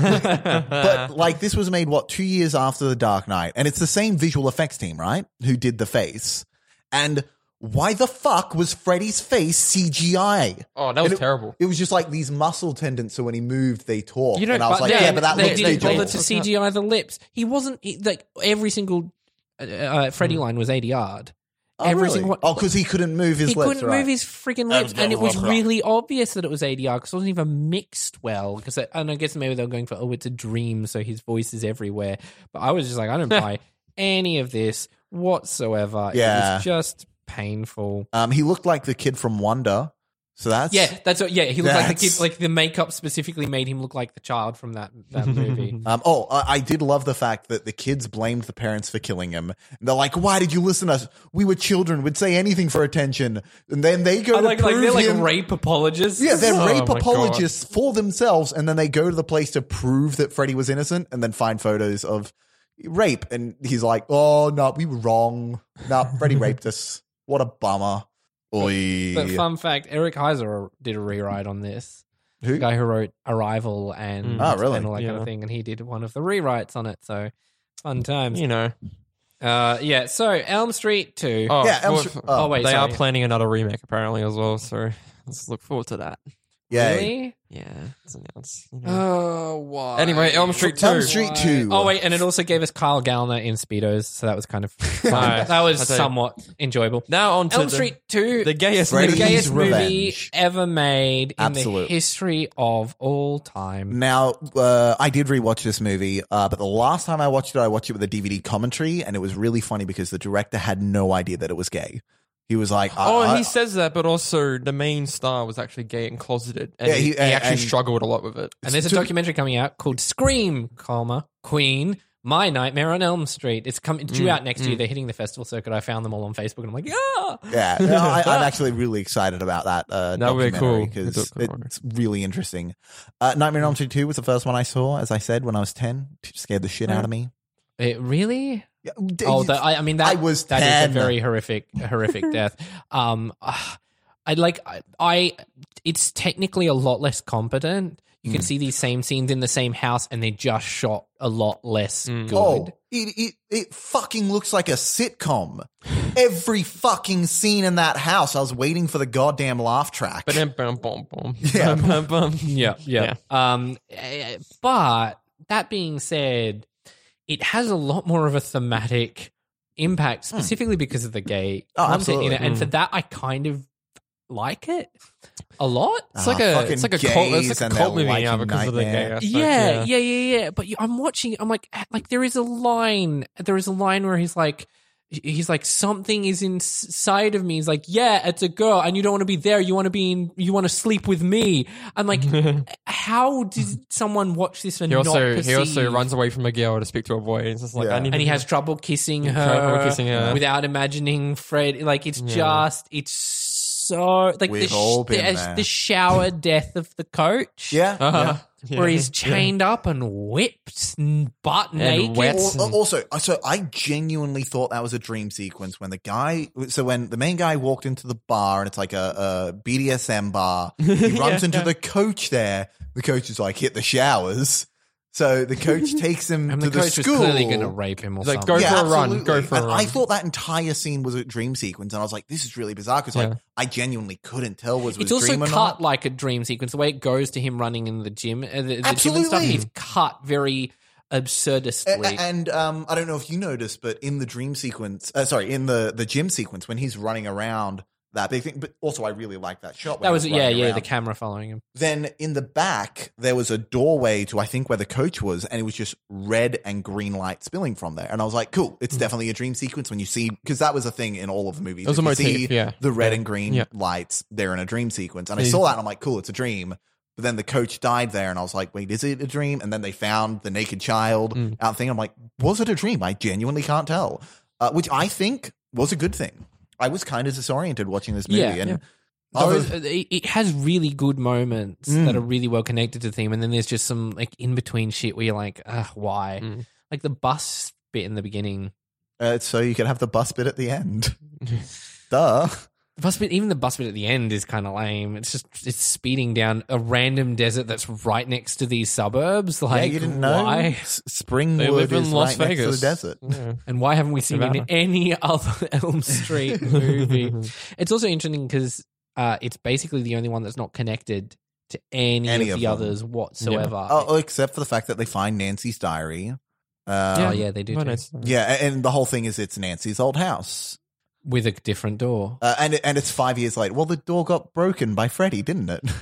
Speaker 5: but like this was made what two years after the Dark Knight, and it's the same visual effects team, right? Who did the face? And why the fuck was Freddy's face CGI?
Speaker 4: Oh, that was
Speaker 5: And it-
Speaker 4: terrible.
Speaker 5: It was just like these muscle tendons, so when he moved, they talked.
Speaker 4: You know,
Speaker 5: and I was
Speaker 4: but
Speaker 5: like,
Speaker 4: they-
Speaker 5: yeah, but that
Speaker 3: they
Speaker 5: looks
Speaker 3: didn't
Speaker 5: digital.
Speaker 3: bother to CGI the lips. He wasn't he- like every single uh, uh, Freddy
Speaker 5: Hmm.
Speaker 3: line was 80 yard.
Speaker 5: Oh,
Speaker 3: every
Speaker 5: really?
Speaker 3: single one-
Speaker 5: Oh, because he couldn't move his
Speaker 3: he
Speaker 5: lips.
Speaker 3: couldn't
Speaker 5: right.
Speaker 3: move his
Speaker 5: That
Speaker 3: freaking lips,
Speaker 5: was- that
Speaker 3: and it
Speaker 5: was
Speaker 3: was
Speaker 5: rough.
Speaker 3: really obvious that it was ADR because it wasn't even mixed well. Because and I guess maybe they were going for oh, it's a dream, so his voice is everywhere. But I was just like, I don't buy any of this whatsoever. it
Speaker 5: Yeah.
Speaker 3: was just painful.
Speaker 5: Um, he looked like the kid from Wonder. So that's
Speaker 3: Yeah, that's what, yeah. He looked like the kid.
Speaker 5: That's-
Speaker 3: Like the makeup specifically made him look like the child from that that movie.
Speaker 5: Um, oh, I, I did love the fact that the kids blamed the parents for killing him. And they're like, "Why did you listen to us? We were children. We'd say anything for attention." And then they go
Speaker 3: I
Speaker 5: to
Speaker 3: like, like
Speaker 5: prove
Speaker 3: they're like
Speaker 5: him.
Speaker 3: rape apologists.
Speaker 5: yeah, they're
Speaker 4: Oh
Speaker 5: rape
Speaker 4: my
Speaker 5: apologists for themselves, and then they go to the place to prove that Freddy was innocent, and then find photos of rape. And he's like, "Oh no, we were wrong. No, Freddy raped us. What a bummer." Oi.
Speaker 3: But fun fact: Eric Heiser did a rewrite on this.
Speaker 5: Who?
Speaker 3: The guy who wrote Arrival and,
Speaker 4: Mm.
Speaker 5: Oh, really?
Speaker 3: and all that kind
Speaker 4: Yeah.
Speaker 3: of thing, and he did one of the rewrites on it. So fun times.
Speaker 4: you know.
Speaker 3: Uh, yeah. So Elm Street Two.
Speaker 4: Oh,
Speaker 5: Yeah, Elm
Speaker 4: well,
Speaker 5: Street-
Speaker 3: oh, wait,
Speaker 4: they
Speaker 3: sorry.
Speaker 4: are planning another remake apparently as well. So let's look forward to that. Uh,
Speaker 5: Yay.
Speaker 3: Really?
Speaker 4: Yeah, it's announced. you know.
Speaker 3: Oh, why?
Speaker 4: Anyway, Elm Street Two.
Speaker 5: Elm Street Two.
Speaker 3: Oh wait, and it also gave us Kyle Gallner in speedos, so that was kind of fun.
Speaker 4: Nice.
Speaker 3: that was
Speaker 4: I'll tell you.
Speaker 3: somewhat enjoyable.
Speaker 4: Now on to
Speaker 3: Elm
Speaker 4: the-
Speaker 3: Street Two,
Speaker 4: the gayest
Speaker 3: the
Speaker 5: Freddy's
Speaker 4: movie.
Speaker 3: gayest movie
Speaker 5: Revenge.
Speaker 3: ever made in the
Speaker 5: Absolute.
Speaker 3: history of all time.
Speaker 5: Now, uh, I did rewatch this movie, uh, but the last time I watched it, I watched it with a DVD commentary, and it was really funny because the director had no idea that it was gay. He was like, I-
Speaker 4: Oh,
Speaker 5: I-
Speaker 4: he says that, but also the main star was actually gay and closeted, and
Speaker 5: Yeah,
Speaker 4: he,
Speaker 5: he-
Speaker 4: he actually
Speaker 5: and-
Speaker 4: struggled a lot with it.
Speaker 3: And there's a documentary coming out called Scream, comma, Queen, My Nightmare on Elm Street. It's coming due
Speaker 4: Mm.
Speaker 3: out next year. They're hitting the festival circuit. I found them all on Facebook and I'm like, yeah.
Speaker 5: yeah, no, I, I'm actually really excited about that. Uh,
Speaker 4: That would be cool.
Speaker 5: because
Speaker 4: It's a good
Speaker 5: it's really interesting. Uh, Nightmare on Elm Street Two was the first one I saw, as I said, when I was ten. It scared the shit out of me.
Speaker 3: It really?
Speaker 5: Yeah,
Speaker 3: Oh, that, I, I mean, that,
Speaker 5: I was
Speaker 3: that is
Speaker 5: 10.
Speaker 3: a very horrific, horrific death. Um, ah, I like, I, I, it's technically a lot less competent. You can see these same scenes in the same house, and they're just shot a lot less good.
Speaker 5: Oh, it, it it fucking looks like a sitcom. Every fucking scene in that house, I was waiting for the goddamn laugh track.
Speaker 4: But then, bum, bum, bum.
Speaker 5: Yeah.
Speaker 4: Bum, bum, bum.
Speaker 3: Yeah, yeah. Um, eh, but that being said, it has a lot more of a thematic impact, specifically because of the gay
Speaker 5: Hmm. Oh,
Speaker 3: content in
Speaker 5: absolutely.
Speaker 3: it, and for that, I kind of like it a lot.
Speaker 4: It's like
Speaker 5: Ah,
Speaker 4: a,
Speaker 5: fucking
Speaker 4: it's like a cult, it's
Speaker 5: gays
Speaker 4: like
Speaker 5: and
Speaker 4: a cult
Speaker 5: their
Speaker 4: movie now
Speaker 5: liking
Speaker 4: because of the gay
Speaker 5: nightmare.
Speaker 4: aspect.
Speaker 3: yeah, yeah, yeah, yeah. But you, I'm watching. I'm like, like there is a line. There is a line where he's like, he's like, something is inside of me. He's like, yeah, it's a girl, and you don't want to be there. You want to be in. You want to sleep with me. I'm like, how did someone watch this and
Speaker 4: Mm-hmm. He also
Speaker 3: not perceive?
Speaker 4: he also runs away from a girl to speak to a boy. It's just like
Speaker 5: Yeah.
Speaker 4: I
Speaker 3: and
Speaker 4: need to
Speaker 3: he has trouble kissing her,
Speaker 4: Trouble kissing her.
Speaker 3: without imagining Fred. Like it's just, it's so like
Speaker 5: We've
Speaker 3: the, sh-
Speaker 5: all
Speaker 3: the,
Speaker 5: been
Speaker 3: as-
Speaker 5: there.
Speaker 3: the shower death of the coach.
Speaker 5: yeah. yeah.
Speaker 3: Where he's chained up and whipped, n- butt naked.
Speaker 4: wet.
Speaker 5: Al- al- Also, uh, so I genuinely thought that was a dream sequence when the guy, so when the main guy walked into the bar and it's like a, a BDSM bar, he runs into the coach there. The coach is like, hit the showers. So the coach takes him
Speaker 3: And
Speaker 5: to
Speaker 3: the
Speaker 5: the,
Speaker 3: coach was
Speaker 5: school.
Speaker 3: clearly going to rape him or
Speaker 4: He's like,
Speaker 3: something.
Speaker 4: go
Speaker 5: yeah,
Speaker 4: for a run,
Speaker 5: absolutely.
Speaker 4: go for a
Speaker 5: and I
Speaker 4: run.
Speaker 5: thought that entire scene was a dream sequence, and I was like, "This is really bizarre." Because
Speaker 4: Yeah.
Speaker 5: like, I genuinely couldn't tell was it
Speaker 3: it's
Speaker 5: was a
Speaker 3: also
Speaker 5: dream or
Speaker 3: cut
Speaker 5: not.
Speaker 3: like a dream sequence. The way it goes to him running in the gym, uh, the, the gym and stuff,
Speaker 5: Absolutely.
Speaker 3: he's cut very
Speaker 5: A-
Speaker 3: absurdistly.
Speaker 5: a- And um, I don't know if you noticed, but in the dream sequence, uh, sorry, in the the gym sequence when he's running around that big thing. But also, I really like that shot. when
Speaker 3: that
Speaker 5: he
Speaker 3: was yeah,
Speaker 5: running
Speaker 3: yeah.
Speaker 5: around.
Speaker 3: The camera following him.
Speaker 5: then in the back there was a doorway to I think where the coach was, and it was just red and green light spilling from there. And I was like, cool, it's
Speaker 3: Hmm.
Speaker 5: definitely a dream sequence when you see because that was a thing in all of the movies.
Speaker 4: It was
Speaker 5: If
Speaker 4: a
Speaker 5: you
Speaker 4: motif,
Speaker 5: see
Speaker 4: yeah.
Speaker 5: the red and green
Speaker 4: Yeah.
Speaker 5: lights there in a dream sequence, and I
Speaker 4: Yeah.
Speaker 5: saw that and I'm like, cool, it's a dream. But then the coach died there, and I was like, wait, is it a dream? And then they found the naked child
Speaker 4: Mm.
Speaker 5: out thing. I'm like, was it a dream? I genuinely can't tell, uh, which I think was a good thing. I was kind of disoriented watching this movie,
Speaker 3: Yeah.
Speaker 5: and
Speaker 3: Yeah.
Speaker 5: other- Mm.
Speaker 3: Those, it it has really good moments that are really well connected to the theme, and then there's just some like in between shit where you're like, Ugh, why?
Speaker 4: Mm.
Speaker 3: Like the bus bit in the beginning.
Speaker 5: Uh, so you can have the bus bit at the end. Duh.
Speaker 3: The bus bit, even the bus bit at the end is kind of lame. It's just it's speeding down a random desert that's right next to these suburbs. Like,
Speaker 5: yeah, you didn't know.
Speaker 3: why?
Speaker 5: S-
Speaker 4: They
Speaker 5: Springwood
Speaker 4: live
Speaker 5: is
Speaker 4: in Las
Speaker 5: right next to the
Speaker 4: Vegas.
Speaker 5: desert.
Speaker 4: Yeah.
Speaker 3: And why haven't we seen it in
Speaker 4: Nevada.
Speaker 3: any other Elm Street movie? it's also interesting because uh, it's basically the only one that's not connected to any,
Speaker 5: Any
Speaker 3: of,
Speaker 5: of
Speaker 3: the
Speaker 5: them.
Speaker 3: others whatsoever.
Speaker 5: Oh, oh, except for the fact that they find Nancy's diary. Uh,
Speaker 3: Oh,
Speaker 5: yeah.
Speaker 3: yeah, they do.
Speaker 4: Oh,
Speaker 3: too.
Speaker 4: no, it's-
Speaker 5: a- and the whole thing is it's Nancy's old house.
Speaker 3: With a different door.
Speaker 5: Uh, and and it's five years later. Well, the door got broken by Freddy, didn't it?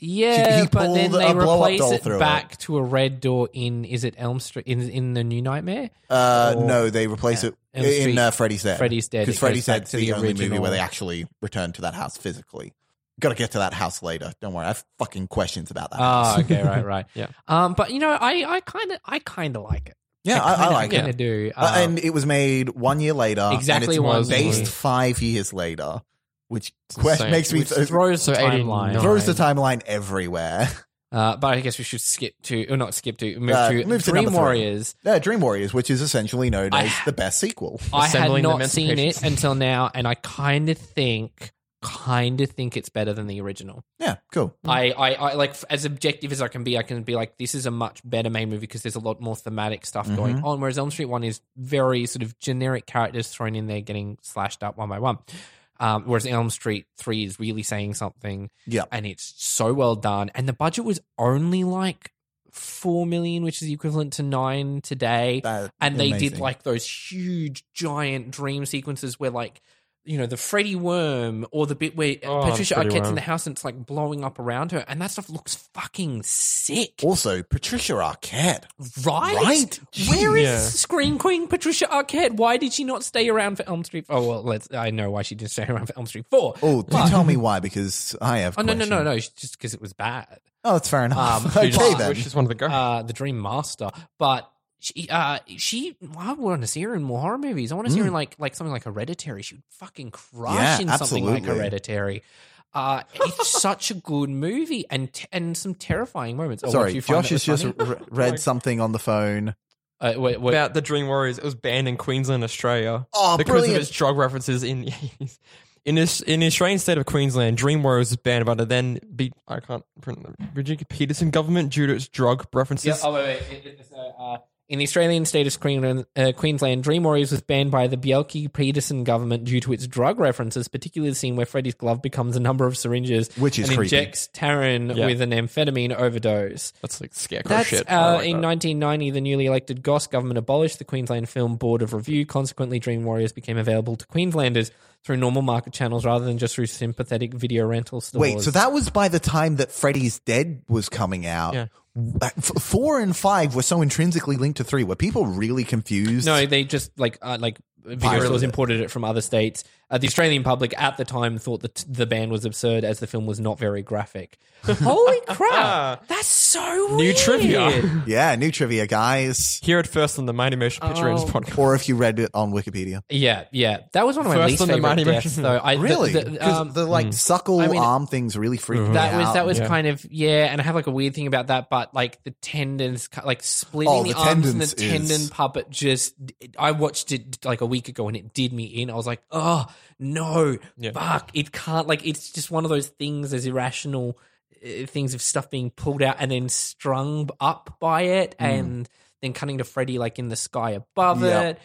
Speaker 3: Yeah,
Speaker 5: He- he
Speaker 3: but then
Speaker 5: pulled
Speaker 3: they
Speaker 5: a blow-up
Speaker 3: replace
Speaker 5: doll
Speaker 3: it
Speaker 5: through it.
Speaker 3: back to a red door in is it Elm Street in in the New Nightmare?
Speaker 5: Uh,
Speaker 3: Or-
Speaker 5: no, they replace
Speaker 3: Oh, Yeah.
Speaker 5: it
Speaker 3: Elm
Speaker 5: in
Speaker 3: Street.
Speaker 5: uh, Freddy's Dead.
Speaker 3: Freddy's Dead.
Speaker 5: Because
Speaker 3: It
Speaker 5: Freddy's
Speaker 3: goes back
Speaker 5: Dead's
Speaker 3: to
Speaker 5: the, only movie where they
Speaker 3: original.
Speaker 5: actually return to that house physically. Got to get to that house later. Don't worry. I have fucking questions about that house.
Speaker 3: Oh, okay, right, right.
Speaker 4: Yeah.
Speaker 3: Um, but you know, I I kind of I kind of like it.
Speaker 5: yeah, I, I
Speaker 3: kinda-
Speaker 5: like it.
Speaker 3: kinda do.
Speaker 5: Uh,
Speaker 3: Um,
Speaker 5: and it was made one year later.
Speaker 3: Exactly
Speaker 5: and
Speaker 3: one
Speaker 5: it's based
Speaker 4: year.
Speaker 5: five years later, which que-
Speaker 4: insane.
Speaker 5: makes me
Speaker 4: Which
Speaker 5: th-
Speaker 3: throws the
Speaker 4: so 89.
Speaker 3: timeline.
Speaker 5: throws the timeline everywhere.
Speaker 3: Uh, but I guess we should skip to, or not skip to, move
Speaker 5: Uh,
Speaker 3: to
Speaker 5: move to
Speaker 3: Dream
Speaker 5: number three.
Speaker 3: Warriors.
Speaker 5: no, Dream Warriors, which is essentially known
Speaker 3: I-
Speaker 5: as the best sequel.
Speaker 3: I had
Speaker 4: Assembling the
Speaker 3: not seen it
Speaker 4: Emancipation.
Speaker 3: until now, and I kind of think, kind of think it's better than the original.
Speaker 5: Yeah, cool.
Speaker 3: I, I, I like f- as objective as I can be. I can be like, this is a much better main movie because there's a lot more thematic stuff going on. Whereas Elm Street One is very sort of generic characters thrown in there, getting slashed up one by one. Um, whereas Elm Street Three is really saying something,
Speaker 5: Yeah.
Speaker 3: and it's so well done. And the budget was only like four million, which is equivalent to nine today
Speaker 5: That-
Speaker 3: and they did
Speaker 5: amazing.
Speaker 3: like those huge giant dream sequences where like you know the Freddy worm or the bit where
Speaker 4: Oh,
Speaker 3: Patricia
Speaker 4: Freddy
Speaker 3: Arquette's in
Speaker 4: worm.
Speaker 3: the house and it's like blowing up around her, and that stuff looks fucking sick,
Speaker 5: also Patricia Arquette.
Speaker 3: right?
Speaker 5: Oh, Right?
Speaker 3: Where is
Speaker 4: Yeah.
Speaker 3: Scream Queen Patricia Arquette? Why did she not stay around for Elm Street? Oh well, let's. I know why she didn't stay around for Elm Street Four.
Speaker 5: Oh, do you tell me why? Because I have.
Speaker 3: Oh no no no
Speaker 5: questions.
Speaker 3: no! it's Just because it was bad.
Speaker 5: Oh, that's fair enough.
Speaker 3: Um,
Speaker 5: okay
Speaker 3: but-
Speaker 5: then.
Speaker 4: Which is one of the girls.
Speaker 3: uh, the Dream Master, but she, uh, she, I want to see her in more horror movies. I want to see her in like, like something like Hereditary. She would fucking crush
Speaker 5: Mm. Yeah,
Speaker 3: in something like
Speaker 5: absolutely.
Speaker 3: Hereditary. Uh, it's such a good movie and t- and some terrifying moments. Oh, what,
Speaker 5: Sorry,
Speaker 3: do you find
Speaker 5: Josh
Speaker 3: that
Speaker 5: has
Speaker 3: was
Speaker 5: just
Speaker 3: funny?
Speaker 5: re- read something on the phone.
Speaker 3: Uh, wait, wait,
Speaker 4: about the Dream Warriors. It was banned in Queensland, Australia.
Speaker 5: Oh,
Speaker 4: because
Speaker 5: brilliant.
Speaker 4: of its drug references in In this in the Australian state of Queensland, Dream Warriors is banned by the then be I can't print the Virginia Peterson government due to its drug references.
Speaker 3: Yeah, oh, wait, wait. It- it- so, uh, in the Australian state of Queensland, uh, Queensland, Dream Warriors was banned by the Bielke Peterson government due to its drug references, particularly the scene where Freddy's glove becomes a number of syringes
Speaker 5: Which is
Speaker 3: and
Speaker 5: creepy.
Speaker 3: injects Taryn
Speaker 4: Yeah.
Speaker 3: with an amphetamine overdose.
Speaker 4: That's like scarecrow
Speaker 5: Oh,
Speaker 3: That's
Speaker 4: shit. I
Speaker 3: Uh,
Speaker 4: like
Speaker 3: in
Speaker 4: that.
Speaker 3: 1990, the newly elected Goss government abolished the Queensland Film Board of Review. Consequently, Dream Warriors became available to Queenslanders through normal market channels rather than just through sympathetic video rental stores.
Speaker 5: Wait, so that was by the time that Freddy's Dead was coming out.
Speaker 4: Yeah.
Speaker 5: F- Four and five were so intrinsically linked to three. Were people really confused?
Speaker 3: No, they just like uh, like video
Speaker 5: Pirated
Speaker 3: stores
Speaker 5: it.
Speaker 3: imported it from other states. Uh, the Australian public at the time thought that the ban was absurd as the film was not very graphic. Holy crap! That's so
Speaker 4: New
Speaker 3: weird.
Speaker 4: trivia.
Speaker 5: Yeah, new trivia, guys.
Speaker 4: Here at first on the Mighty Motion Picture Rangers
Speaker 3: Oh.
Speaker 4: podcast.
Speaker 5: Or if you read it on Wikipedia.
Speaker 3: Yeah, yeah, that was one of my
Speaker 4: First
Speaker 3: least
Speaker 4: on the
Speaker 3: favorite
Speaker 4: Mighty
Speaker 3: deaths,
Speaker 4: Motion.
Speaker 3: though. I, the-
Speaker 5: Really?
Speaker 3: the,
Speaker 5: 'Cause
Speaker 3: um,
Speaker 5: the like suckle
Speaker 3: I mean-
Speaker 5: arm things really freaked me
Speaker 3: that was
Speaker 5: out.
Speaker 3: that was
Speaker 4: Yeah.
Speaker 3: kind of yeah, and I have like a weird thing about that, but like the tendons, cu- like splitting
Speaker 5: Oh,
Speaker 3: the,
Speaker 5: the
Speaker 3: arms and the
Speaker 5: tendons is-
Speaker 3: tendon puppet, just I watched it like a week ago and it did me in. I was like, oh no,
Speaker 4: Yeah.
Speaker 3: fuck, it can't. Like it's just one of those things as irrational uh, things of stuff being pulled out and then strung up by it
Speaker 5: Hmm.
Speaker 3: and then cutting to Freddy like in the sky above
Speaker 5: Yeah.
Speaker 3: it.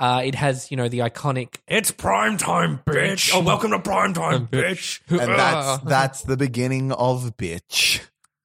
Speaker 3: Uh, it has, you know, the iconic "It's prime time, bitch." Oh, welcome to prime time, bitch.
Speaker 5: and that's that's the beginning of bitch.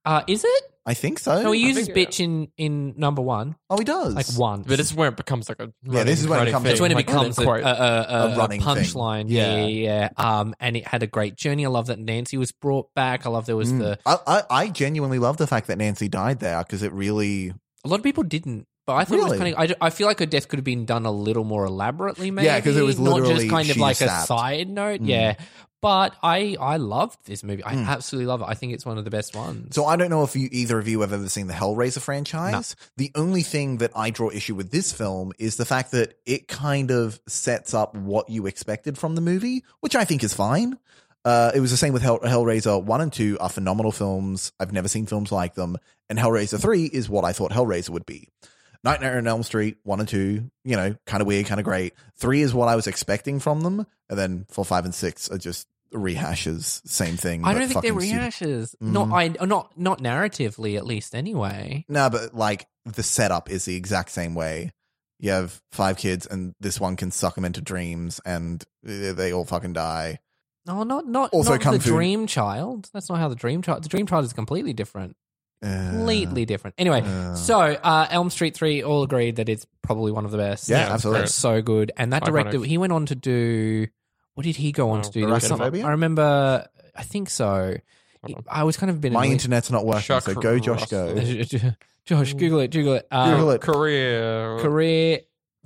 Speaker 3: Uh, is it?
Speaker 5: I think so.
Speaker 3: No, he uses bitch in in number one,
Speaker 5: oh, he does.
Speaker 3: like one.
Speaker 4: But this is where it becomes like a running-
Speaker 5: this is where it
Speaker 4: running
Speaker 5: becomes-
Speaker 4: thing.
Speaker 3: That's when it
Speaker 4: Like,
Speaker 3: becomes a, a, uh,
Speaker 4: quote.
Speaker 3: a,
Speaker 5: A
Speaker 3: a,
Speaker 5: running
Speaker 3: punchline.
Speaker 5: thing.
Speaker 3: Yeah. yeah, yeah. Um, and it had a great journey. I love that Nancy was brought back. I love there was the
Speaker 5: Hmm. I, I, I genuinely love the fact that Nancy died there because it really.
Speaker 3: a lot of people didn't, but I thought it was
Speaker 5: Really?
Speaker 3: kind of. I, ju- I feel like her death could have been done a little more elaborately, maybe.
Speaker 5: 'cause it was
Speaker 3: not
Speaker 5: literally
Speaker 3: just kind of
Speaker 5: she Mm.
Speaker 3: like a
Speaker 5: stabbed.
Speaker 3: side note. Yeah, but I I loved this movie. I absolutely love it. I think it's one of the best ones.
Speaker 5: Mm. So I don't know if you either of you have ever seen the Hellraiser franchise. The only thing that I draw issue with this film is the fact that it kind of sets up what you expected from the movie, which I think is fine. Uh, it was the same with Hell- Hellraiser 1 and 2 are phenomenal films. I've never seen films like them. And Hellraiser 3 is what I thought Hellraiser would be. Nightmare on Elm Street, 1 and 2, you know, kind of weird, kind of great. 3 is what I was expecting from them. And then 4, 5, and 6 are just rehashes, same thing.
Speaker 3: I
Speaker 5: but
Speaker 3: don't think they're
Speaker 5: fucking Mm. stupid.
Speaker 3: rehashes. Not I not not narratively at least anyway.
Speaker 5: No, but like the setup is the exact same way. You have five kids, and this one can suck them into dreams, and uh, they all fucking die.
Speaker 3: No, not not
Speaker 5: Also
Speaker 3: not
Speaker 5: Kung
Speaker 3: the
Speaker 5: Fu.
Speaker 3: dream child. That's not how the dream child. The dream child is completely different,
Speaker 5: Uh,
Speaker 3: completely different. Anyway,
Speaker 5: uh.
Speaker 3: so uh, Elm Street three all agreed that it's probably one of the best.
Speaker 5: Yeah,
Speaker 4: Yeah,
Speaker 5: absolutely.
Speaker 3: that's so good. And that
Speaker 4: Iconic.
Speaker 3: director, he went on to do. What did he go on
Speaker 4: Oh,
Speaker 3: to do? There was some-
Speaker 5: Arachnophobia?
Speaker 3: I remember. I think so.
Speaker 4: Hold on.
Speaker 3: I was kind of been
Speaker 5: My
Speaker 3: annoyed-
Speaker 5: internet's not working,
Speaker 4: Chuck
Speaker 5: so go, Josh,
Speaker 4: Russell.
Speaker 5: go.
Speaker 3: Josh, Google it. Google it. Um,
Speaker 5: Google it.
Speaker 4: uh, career.
Speaker 3: Career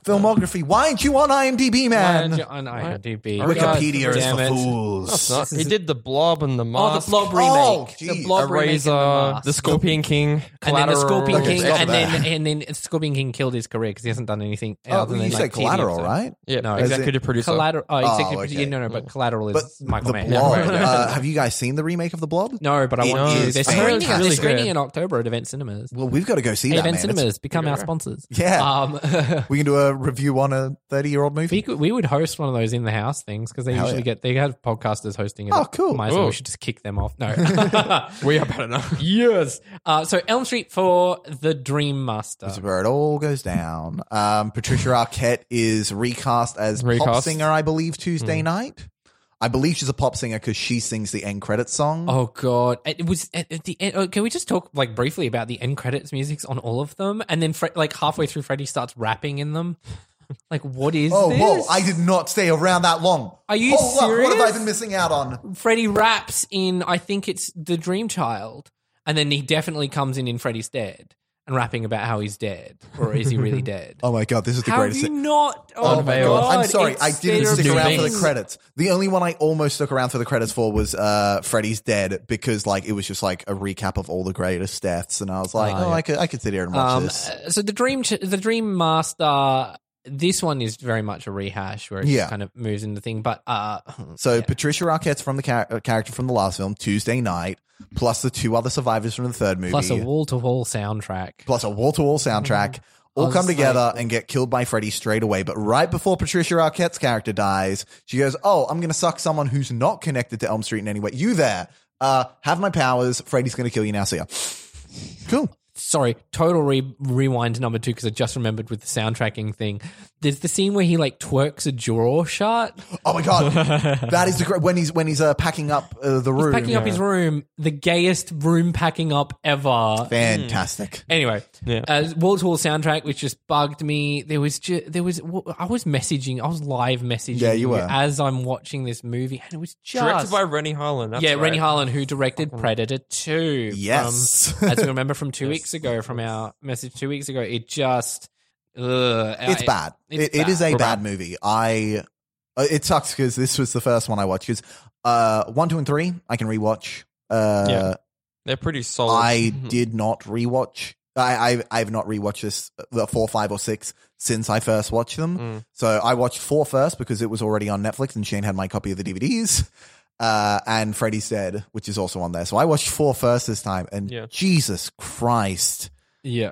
Speaker 5: Filmography. Why aren't you on IMDb, man?
Speaker 3: manager on IMDb.
Speaker 5: Wikipedia
Speaker 3: Oh, God
Speaker 5: is
Speaker 3: damn
Speaker 5: for
Speaker 3: it.
Speaker 4: No, it's
Speaker 5: fools.
Speaker 4: not. He did the Blob and the
Speaker 3: Oh,
Speaker 4: Mask.
Speaker 3: the Blob remake.
Speaker 5: Oh,
Speaker 3: the
Speaker 5: geez.
Speaker 3: Blob remake and the,
Speaker 4: Eraser,
Speaker 3: Mask.
Speaker 4: the Scorpion King,
Speaker 3: and then the
Speaker 4: Collateral.
Speaker 3: Scorpion
Speaker 5: Okay,
Speaker 3: King,
Speaker 5: stop
Speaker 3: and then
Speaker 5: that.
Speaker 3: and then Scorpion King killed his career because he hasn't done anything.
Speaker 5: Oh,
Speaker 3: other
Speaker 5: you
Speaker 3: than
Speaker 5: said
Speaker 3: like, TV
Speaker 5: collateral,
Speaker 3: and stuff.
Speaker 5: right?
Speaker 4: Yeah,
Speaker 3: No,
Speaker 4: executive producer.
Speaker 3: Collateral. Oh, executive
Speaker 5: Oh,
Speaker 3: producer.
Speaker 5: okay.
Speaker 3: No, no, but Collateral
Speaker 5: But
Speaker 3: is Michael
Speaker 5: the
Speaker 3: Mann.
Speaker 5: blob.
Speaker 4: No.
Speaker 5: uh, have you guys seen the remake of the blob?
Speaker 3: No, but I
Speaker 5: It
Speaker 3: want to.
Speaker 5: is
Speaker 3: They're screening,
Speaker 5: fantastic.
Speaker 3: they're
Speaker 4: Really
Speaker 3: screening
Speaker 4: good.
Speaker 3: in October at Event Cinemas.
Speaker 5: Well, we've got to go see
Speaker 3: Hey,
Speaker 5: that.
Speaker 3: Event
Speaker 5: man. It's-
Speaker 3: Cinemas, become our sponsors.
Speaker 5: Yeah,
Speaker 3: Um,
Speaker 5: we can do a review on a thirty-year-old
Speaker 3: we
Speaker 5: movie.
Speaker 3: could, we would host one of those in the house things because they
Speaker 5: Hell
Speaker 3: usually
Speaker 5: yeah.
Speaker 3: get they have podcasters hosting it.
Speaker 5: Oh, cool.
Speaker 3: Might as well
Speaker 4: Ooh.
Speaker 3: we should just kick them off. No.
Speaker 4: We are better now.
Speaker 3: yes. Uh, so Elm Street for the Dream Master.
Speaker 5: This is where it all goes down. Um, Patricia Arquette is recast as pop
Speaker 4: Recast.
Speaker 5: singer, I believe,
Speaker 3: Hmm.
Speaker 5: Tuesday night. I believe she's a pop singer because she sings the end credit song.
Speaker 3: Oh god! It was at at the end. oh, Can we just talk like briefly about the end credits musics on all of them, and then Fre- like halfway through, Freddy starts rapping in them. Like, what is?
Speaker 5: Oh,
Speaker 3: this?
Speaker 5: whoa! I did not stay around that long.
Speaker 3: Are you
Speaker 5: Hold up, What have
Speaker 3: serious?
Speaker 5: I been missing out on?
Speaker 3: Freddy raps in. I think it's the Dream Child, and then he definitely comes in in Freddy's Dead and rapping about how he's dead, or is he really dead?
Speaker 5: Oh my god, this is the
Speaker 3: how have
Speaker 5: greatest
Speaker 3: you
Speaker 5: thing.
Speaker 3: not? Oh,
Speaker 5: Oh my
Speaker 3: god!
Speaker 5: god! I'm sorry,
Speaker 3: it's
Speaker 5: I didn't
Speaker 3: their
Speaker 5: stick around for the
Speaker 3: thing.
Speaker 5: credits. The only one I almost stuck around for the credits for was uh, Freddy's Dead because like it was just like a recap of all the greatest deaths, and I was like,
Speaker 3: Ah,
Speaker 5: oh,
Speaker 3: yeah.
Speaker 5: I could I could sit here and watch
Speaker 3: Um,
Speaker 5: this.
Speaker 3: uh, so the dream, Ch- the dream master. This one is very much a rehash where it
Speaker 5: Yeah.
Speaker 3: just kind of moves into the thing, but uh,
Speaker 5: So Patricia Arquette's from the char- uh, character from the last film, Tuesday Night, plus the two other survivors from the third movie,
Speaker 3: plus a wall to wall soundtrack. Mm-hmm.
Speaker 5: plus a wall-to-wall soundtrack. all
Speaker 3: was
Speaker 5: come
Speaker 3: like-
Speaker 5: together and get killed by Freddy straight away. But right before Patricia Arquette's character dies, she goes, "Oh, I'm going to suck someone who's not connected to Elm Street in any way. You there? Uh, have my powers. Freddy's going to kill you now. See ya." Cool.
Speaker 3: sorry, total re- rewind number two because I just remembered with the soundtracking thing. There's the scene where he like twerks a drawer shut.
Speaker 5: Oh my god, that is the great when he's when he's uh, packing up uh, the room.
Speaker 3: packing up his room, the gayest room packing up ever.
Speaker 5: Fantastic.
Speaker 3: Anyway,
Speaker 4: Yeah.
Speaker 3: wall to wall soundtrack, which just bugged me. There was just there was I was messaging, I was live messaging.
Speaker 5: Yeah, you were.
Speaker 3: as I'm watching this movie, and it was just
Speaker 4: Directed by Rennie Harlan. That's
Speaker 3: yeah,
Speaker 4: right.
Speaker 3: Rennie Harlan, who directed Predator Two.
Speaker 5: Yes.
Speaker 3: from, as we remember from two weeks ago, from our message two weeks ago, it just ugh,
Speaker 5: it's
Speaker 3: I-
Speaker 5: bad.
Speaker 3: it's
Speaker 5: It- it is
Speaker 3: bad.
Speaker 5: a bad movie. I uh, it sucks because this was the first one I watched. Because uh, one, two, and three I can rewatch. Uh,
Speaker 4: Yeah. They're pretty solid.
Speaker 5: I
Speaker 4: Mhm.
Speaker 5: did not rewatch. I, I I've not rewatched this uh, the four, five, or six since I first watched them.
Speaker 4: Mm.
Speaker 5: So I watched four first because it was already on Netflix, and Shane had my copy of the DVDs. Uh, and Freddy's Dead, which is also on there. So I watched four first this time, and
Speaker 4: Yeah.
Speaker 5: Jesus Christ,
Speaker 3: Yeah,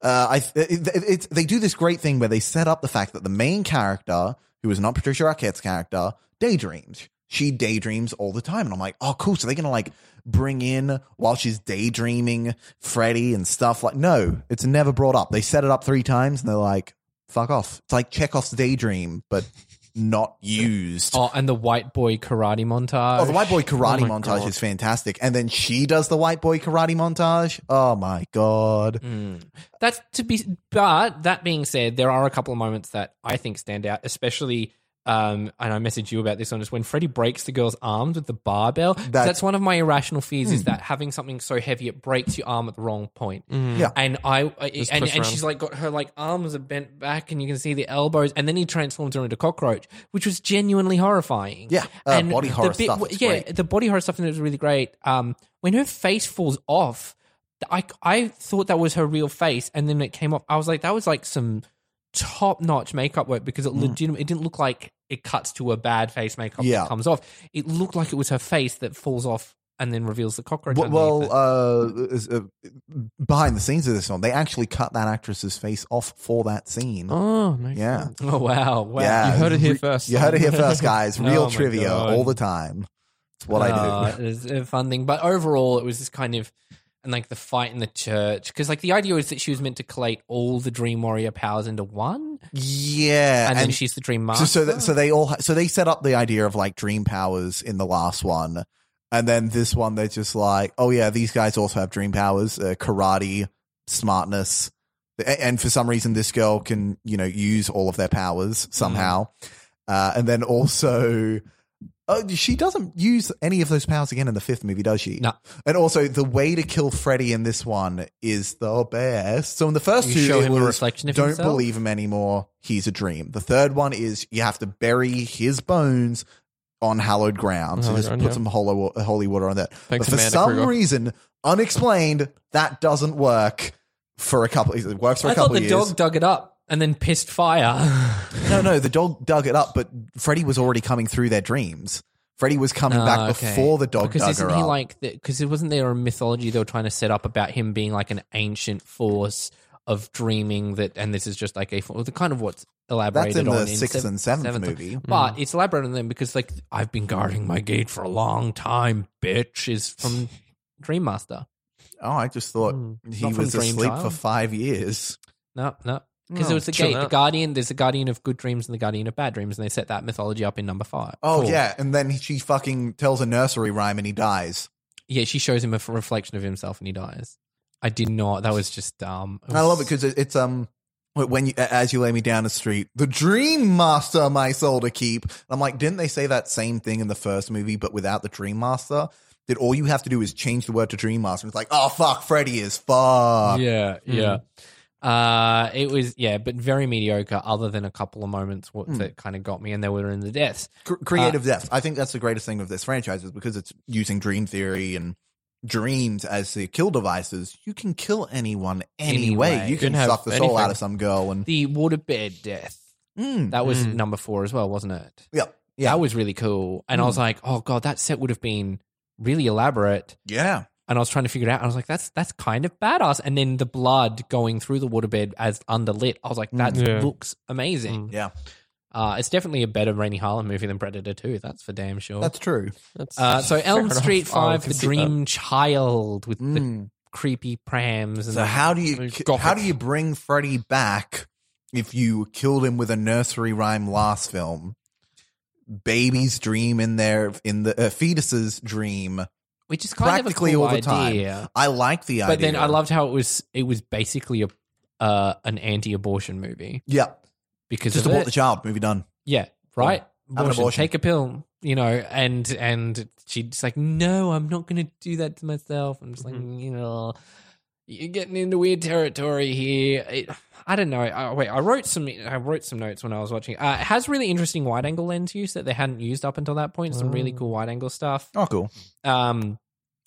Speaker 5: uh, I it, it, it's they do this great thing where they set up the fact that the main character, who is not Patricia Arquette's character, daydreams. She daydreams all the time, and I'm like, oh, cool. So they're gonna like bring in while she's daydreaming Freddy and stuff. Like, no, it's never brought up. They set it up three times, and they're like, fuck off. It's like Chekhov's daydream, but not used.
Speaker 3: Oh, and the white boy karate montage.
Speaker 5: Oh, the white boy karate
Speaker 4: Oh my
Speaker 5: montage
Speaker 4: God.
Speaker 5: is fantastic, and then she does the white boy karate montage. Oh my god!
Speaker 3: Mm. That's to be. But that being said, there are a couple of moments that I think stand out, especially. Um, and I messaged you about this one. Is when Freddy breaks the girl's arms with the barbell. 'Cause That's,
Speaker 5: That's-
Speaker 3: one of my irrational fears:
Speaker 4: Hmm.
Speaker 3: is that having something so heavy it breaks your arm at the wrong point.
Speaker 4: Mhm.
Speaker 5: Yeah.
Speaker 3: And I I-
Speaker 4: Just
Speaker 3: and,
Speaker 4: twist
Speaker 3: and
Speaker 4: around.
Speaker 3: she's like got her like arms are bent back, and you can see the elbows. And then he transforms her into cockroach, which was genuinely horrifying.
Speaker 5: Yeah, uh, body horror
Speaker 3: the bit-
Speaker 5: stuff, it's
Speaker 3: Yeah,
Speaker 5: great.
Speaker 3: the body horror stuff in it was really great. Um, when her face falls off, I I thought that was her real face, and then it came off. I was like, that was like some top notch makeup work because it
Speaker 5: Mm.
Speaker 3: legitimate. It didn't look like it cuts to a bad face makeup
Speaker 5: Yeah.
Speaker 3: that comes off. It looked like it was her face that falls off and then reveals the cockroach.
Speaker 5: Well, well
Speaker 3: underneath it.
Speaker 5: uh, is- uh, behind the scenes of this one, they actually cut that actress's face off for that scene.
Speaker 4: Oh, makes
Speaker 5: Yeah.
Speaker 4: sense.
Speaker 3: oh wow, wow.
Speaker 5: Yeah.
Speaker 4: You heard it here
Speaker 5: Re-
Speaker 4: first.
Speaker 5: You heard it here first, guys. Real
Speaker 3: Oh my
Speaker 5: trivia
Speaker 3: God. Uh,
Speaker 5: all the time. It's what I do.
Speaker 3: Ah, It was a fun thing. But overall, it was this kind of, and like the fight in the church. Because like the idea is that she was meant to collate all the Dream Warrior powers into one.
Speaker 5: Yeah,
Speaker 3: And, then she's the Dream
Speaker 5: so
Speaker 3: Master.
Speaker 5: so, that, so they all ha- so they set up the idea of like dream powers in the last one, and then this one they're just like, oh yeah, these guys also have dream powers, uh, karate, smartness, A- and for some reason this girl can you know use all of their powers somehow,
Speaker 3: Mm.
Speaker 5: uh, and then also. Oh, she doesn't use any of those powers again in the fifth movie, does she?
Speaker 3: No.
Speaker 5: And also, the way to kill Freddy in this one is the best. So in the first
Speaker 3: You
Speaker 5: two,
Speaker 3: show
Speaker 5: it
Speaker 3: him a
Speaker 5: was,
Speaker 3: reflection of
Speaker 5: don't
Speaker 3: himself?
Speaker 5: believe him anymore. He's a dream. The third one is you have to bury his bones on hallowed ground. So
Speaker 4: Hallowed
Speaker 5: just
Speaker 4: ground,
Speaker 5: put
Speaker 4: yeah.
Speaker 5: some hollow, wa- holy water on that. but
Speaker 4: Thanks,
Speaker 5: for
Speaker 4: Amanda
Speaker 5: some
Speaker 4: Kruger.
Speaker 5: reason, unexplained, that doesn't work for a couple. It works for a
Speaker 3: I thought
Speaker 5: couple
Speaker 3: the
Speaker 5: of years.
Speaker 3: dog dug it up and then pissed fire.
Speaker 5: no, no, the dog dug it up, but Freddy was already coming through their dreams. Freddy was coming back
Speaker 3: Ah, okay.
Speaker 5: before the dog
Speaker 3: because
Speaker 5: dug
Speaker 3: isn't
Speaker 5: her
Speaker 3: he
Speaker 5: up.
Speaker 3: like because it wasn't there a mythology they were trying to set up about him being like an ancient force of dreaming that and this is just like a well, the kind of what's elaborated
Speaker 5: in
Speaker 3: on
Speaker 5: the sixth
Speaker 3: sev-
Speaker 5: and seventh movie.
Speaker 3: but it's elaborated on them because like I've been guarding my gate for a long time bitch is from Dream Master
Speaker 5: oh, I just thought
Speaker 4: Hmm,
Speaker 5: he
Speaker 3: Hmm. Not from
Speaker 5: was
Speaker 3: Dream
Speaker 5: asleep for
Speaker 3: Child.
Speaker 5: five years.
Speaker 3: no no because
Speaker 5: No,
Speaker 3: it was the
Speaker 4: chill
Speaker 3: gate the
Speaker 4: out.
Speaker 3: guardian there's the guardian of good dreams and the guardian of bad dreams and they set that mythology up in number five.
Speaker 5: Oh
Speaker 3: Four.
Speaker 5: yeah, and then she fucking tells a nursery rhyme and he dies.
Speaker 3: yeah she shows him a f- reflection of himself and he dies I did not that was just dumb
Speaker 5: I love it
Speaker 3: was-
Speaker 5: because it, it's um when you as you lay me down the street, the dream master my soul to keep. And I'm like, didn't they say that same thing in the first movie, but without the dream master? That all you have to do is change the word to dream master. And it's like, oh fuck, Freddy is fuck.
Speaker 3: yeah, yeah. Uh, it was yeah, but very mediocre. Other than a couple of moments what,
Speaker 5: Hmm.
Speaker 3: that kind of got me, and they were in the deaths.
Speaker 5: Cr- creative death. I think that's the greatest thing of this franchise is because it's using dream theory and dreams as the kill devices. You can kill anyone any
Speaker 3: Any
Speaker 5: way.
Speaker 3: way.
Speaker 5: You
Speaker 3: You
Speaker 5: can
Speaker 4: can have
Speaker 5: suck the soul out
Speaker 4: anything.
Speaker 5: of some girl and
Speaker 3: The waterbed death
Speaker 5: Mm.
Speaker 3: that was
Speaker 4: Mm.
Speaker 3: number four as well, wasn't it?
Speaker 5: yeah, yeah,
Speaker 4: Mm.
Speaker 3: That was really cool, and I was like, oh god, that set would have been really elaborate.
Speaker 5: yeah.
Speaker 3: and I was trying to figure it out. And I was like, that's that's kind of badass. And then the blood going through the waterbed as underlit. I was like, that
Speaker 4: Mm. Yeah. Mm.
Speaker 3: looks amazing.
Speaker 5: Yeah,
Speaker 3: Uh, it's definitely a better Rainy Harlan movie than Predator 2. That's for damn sure.
Speaker 5: that's true.
Speaker 4: That's
Speaker 3: uh, so
Speaker 4: fair
Speaker 3: Elm
Speaker 4: enough.
Speaker 3: Street
Speaker 4: I will
Speaker 3: 5, The
Speaker 4: concede that.
Speaker 3: Dream Child with the
Speaker 5: Mm.
Speaker 3: creepy prams. And
Speaker 5: So how do you
Speaker 4: Like gothic.
Speaker 5: how do you bring Freddy back if you killed him with a nursery rhyme last film? Babies dream in their in the uh, fetuses dream.
Speaker 3: which is kind
Speaker 5: practically
Speaker 3: of a cool
Speaker 5: all the time.
Speaker 3: idea.
Speaker 5: I like the idea,
Speaker 3: But then I loved how it was it was basically a uh, an anti-abortion movie
Speaker 5: yeah.
Speaker 3: because
Speaker 5: Just
Speaker 3: of
Speaker 5: abort
Speaker 3: it.
Speaker 5: the child. Movie done.
Speaker 3: Yeah, right.
Speaker 5: an
Speaker 3: Abortion,
Speaker 5: abortion.
Speaker 3: Take a pill, you know, and and she's like, "No, I'm not going to do that to myself." I'm just
Speaker 5: Mm-hmm.
Speaker 3: like, you know, you're getting into weird territory here. It, I don't know. I, wait, I wrote some. I wrote some notes when I was watching. Uh, it has really interesting wide angle lens use that they hadn't used up until that point. Some really cool wide angle stuff.
Speaker 5: Oh, cool.
Speaker 3: Um,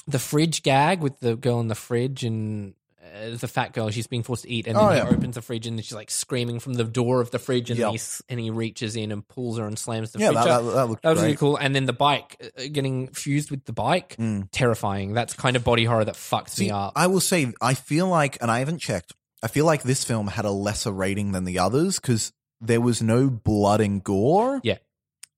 Speaker 3: the fridge gag with the girl in the fridge and. Uh, the fat girl, she's being forced to eat, and then
Speaker 5: Oh,
Speaker 3: he
Speaker 5: yeah.
Speaker 3: opens the fridge, and she's like screaming from the door of the fridge, and
Speaker 5: Yeah.
Speaker 3: he s- and he reaches in and pulls her and slams the
Speaker 5: Yeah,
Speaker 3: fridge.
Speaker 5: that, that,
Speaker 3: up.
Speaker 5: that looked
Speaker 3: That was
Speaker 5: great.
Speaker 3: really cool. And then the bike uh, uh, getting fused with the bike,
Speaker 5: Mm.
Speaker 3: terrifying. That's kind of body horror that fucks
Speaker 5: See,
Speaker 3: me up.
Speaker 5: I will say, I feel like, and I haven't checked, I feel like this film had a lesser rating than the others because there was no blood and gore.
Speaker 3: Yeah.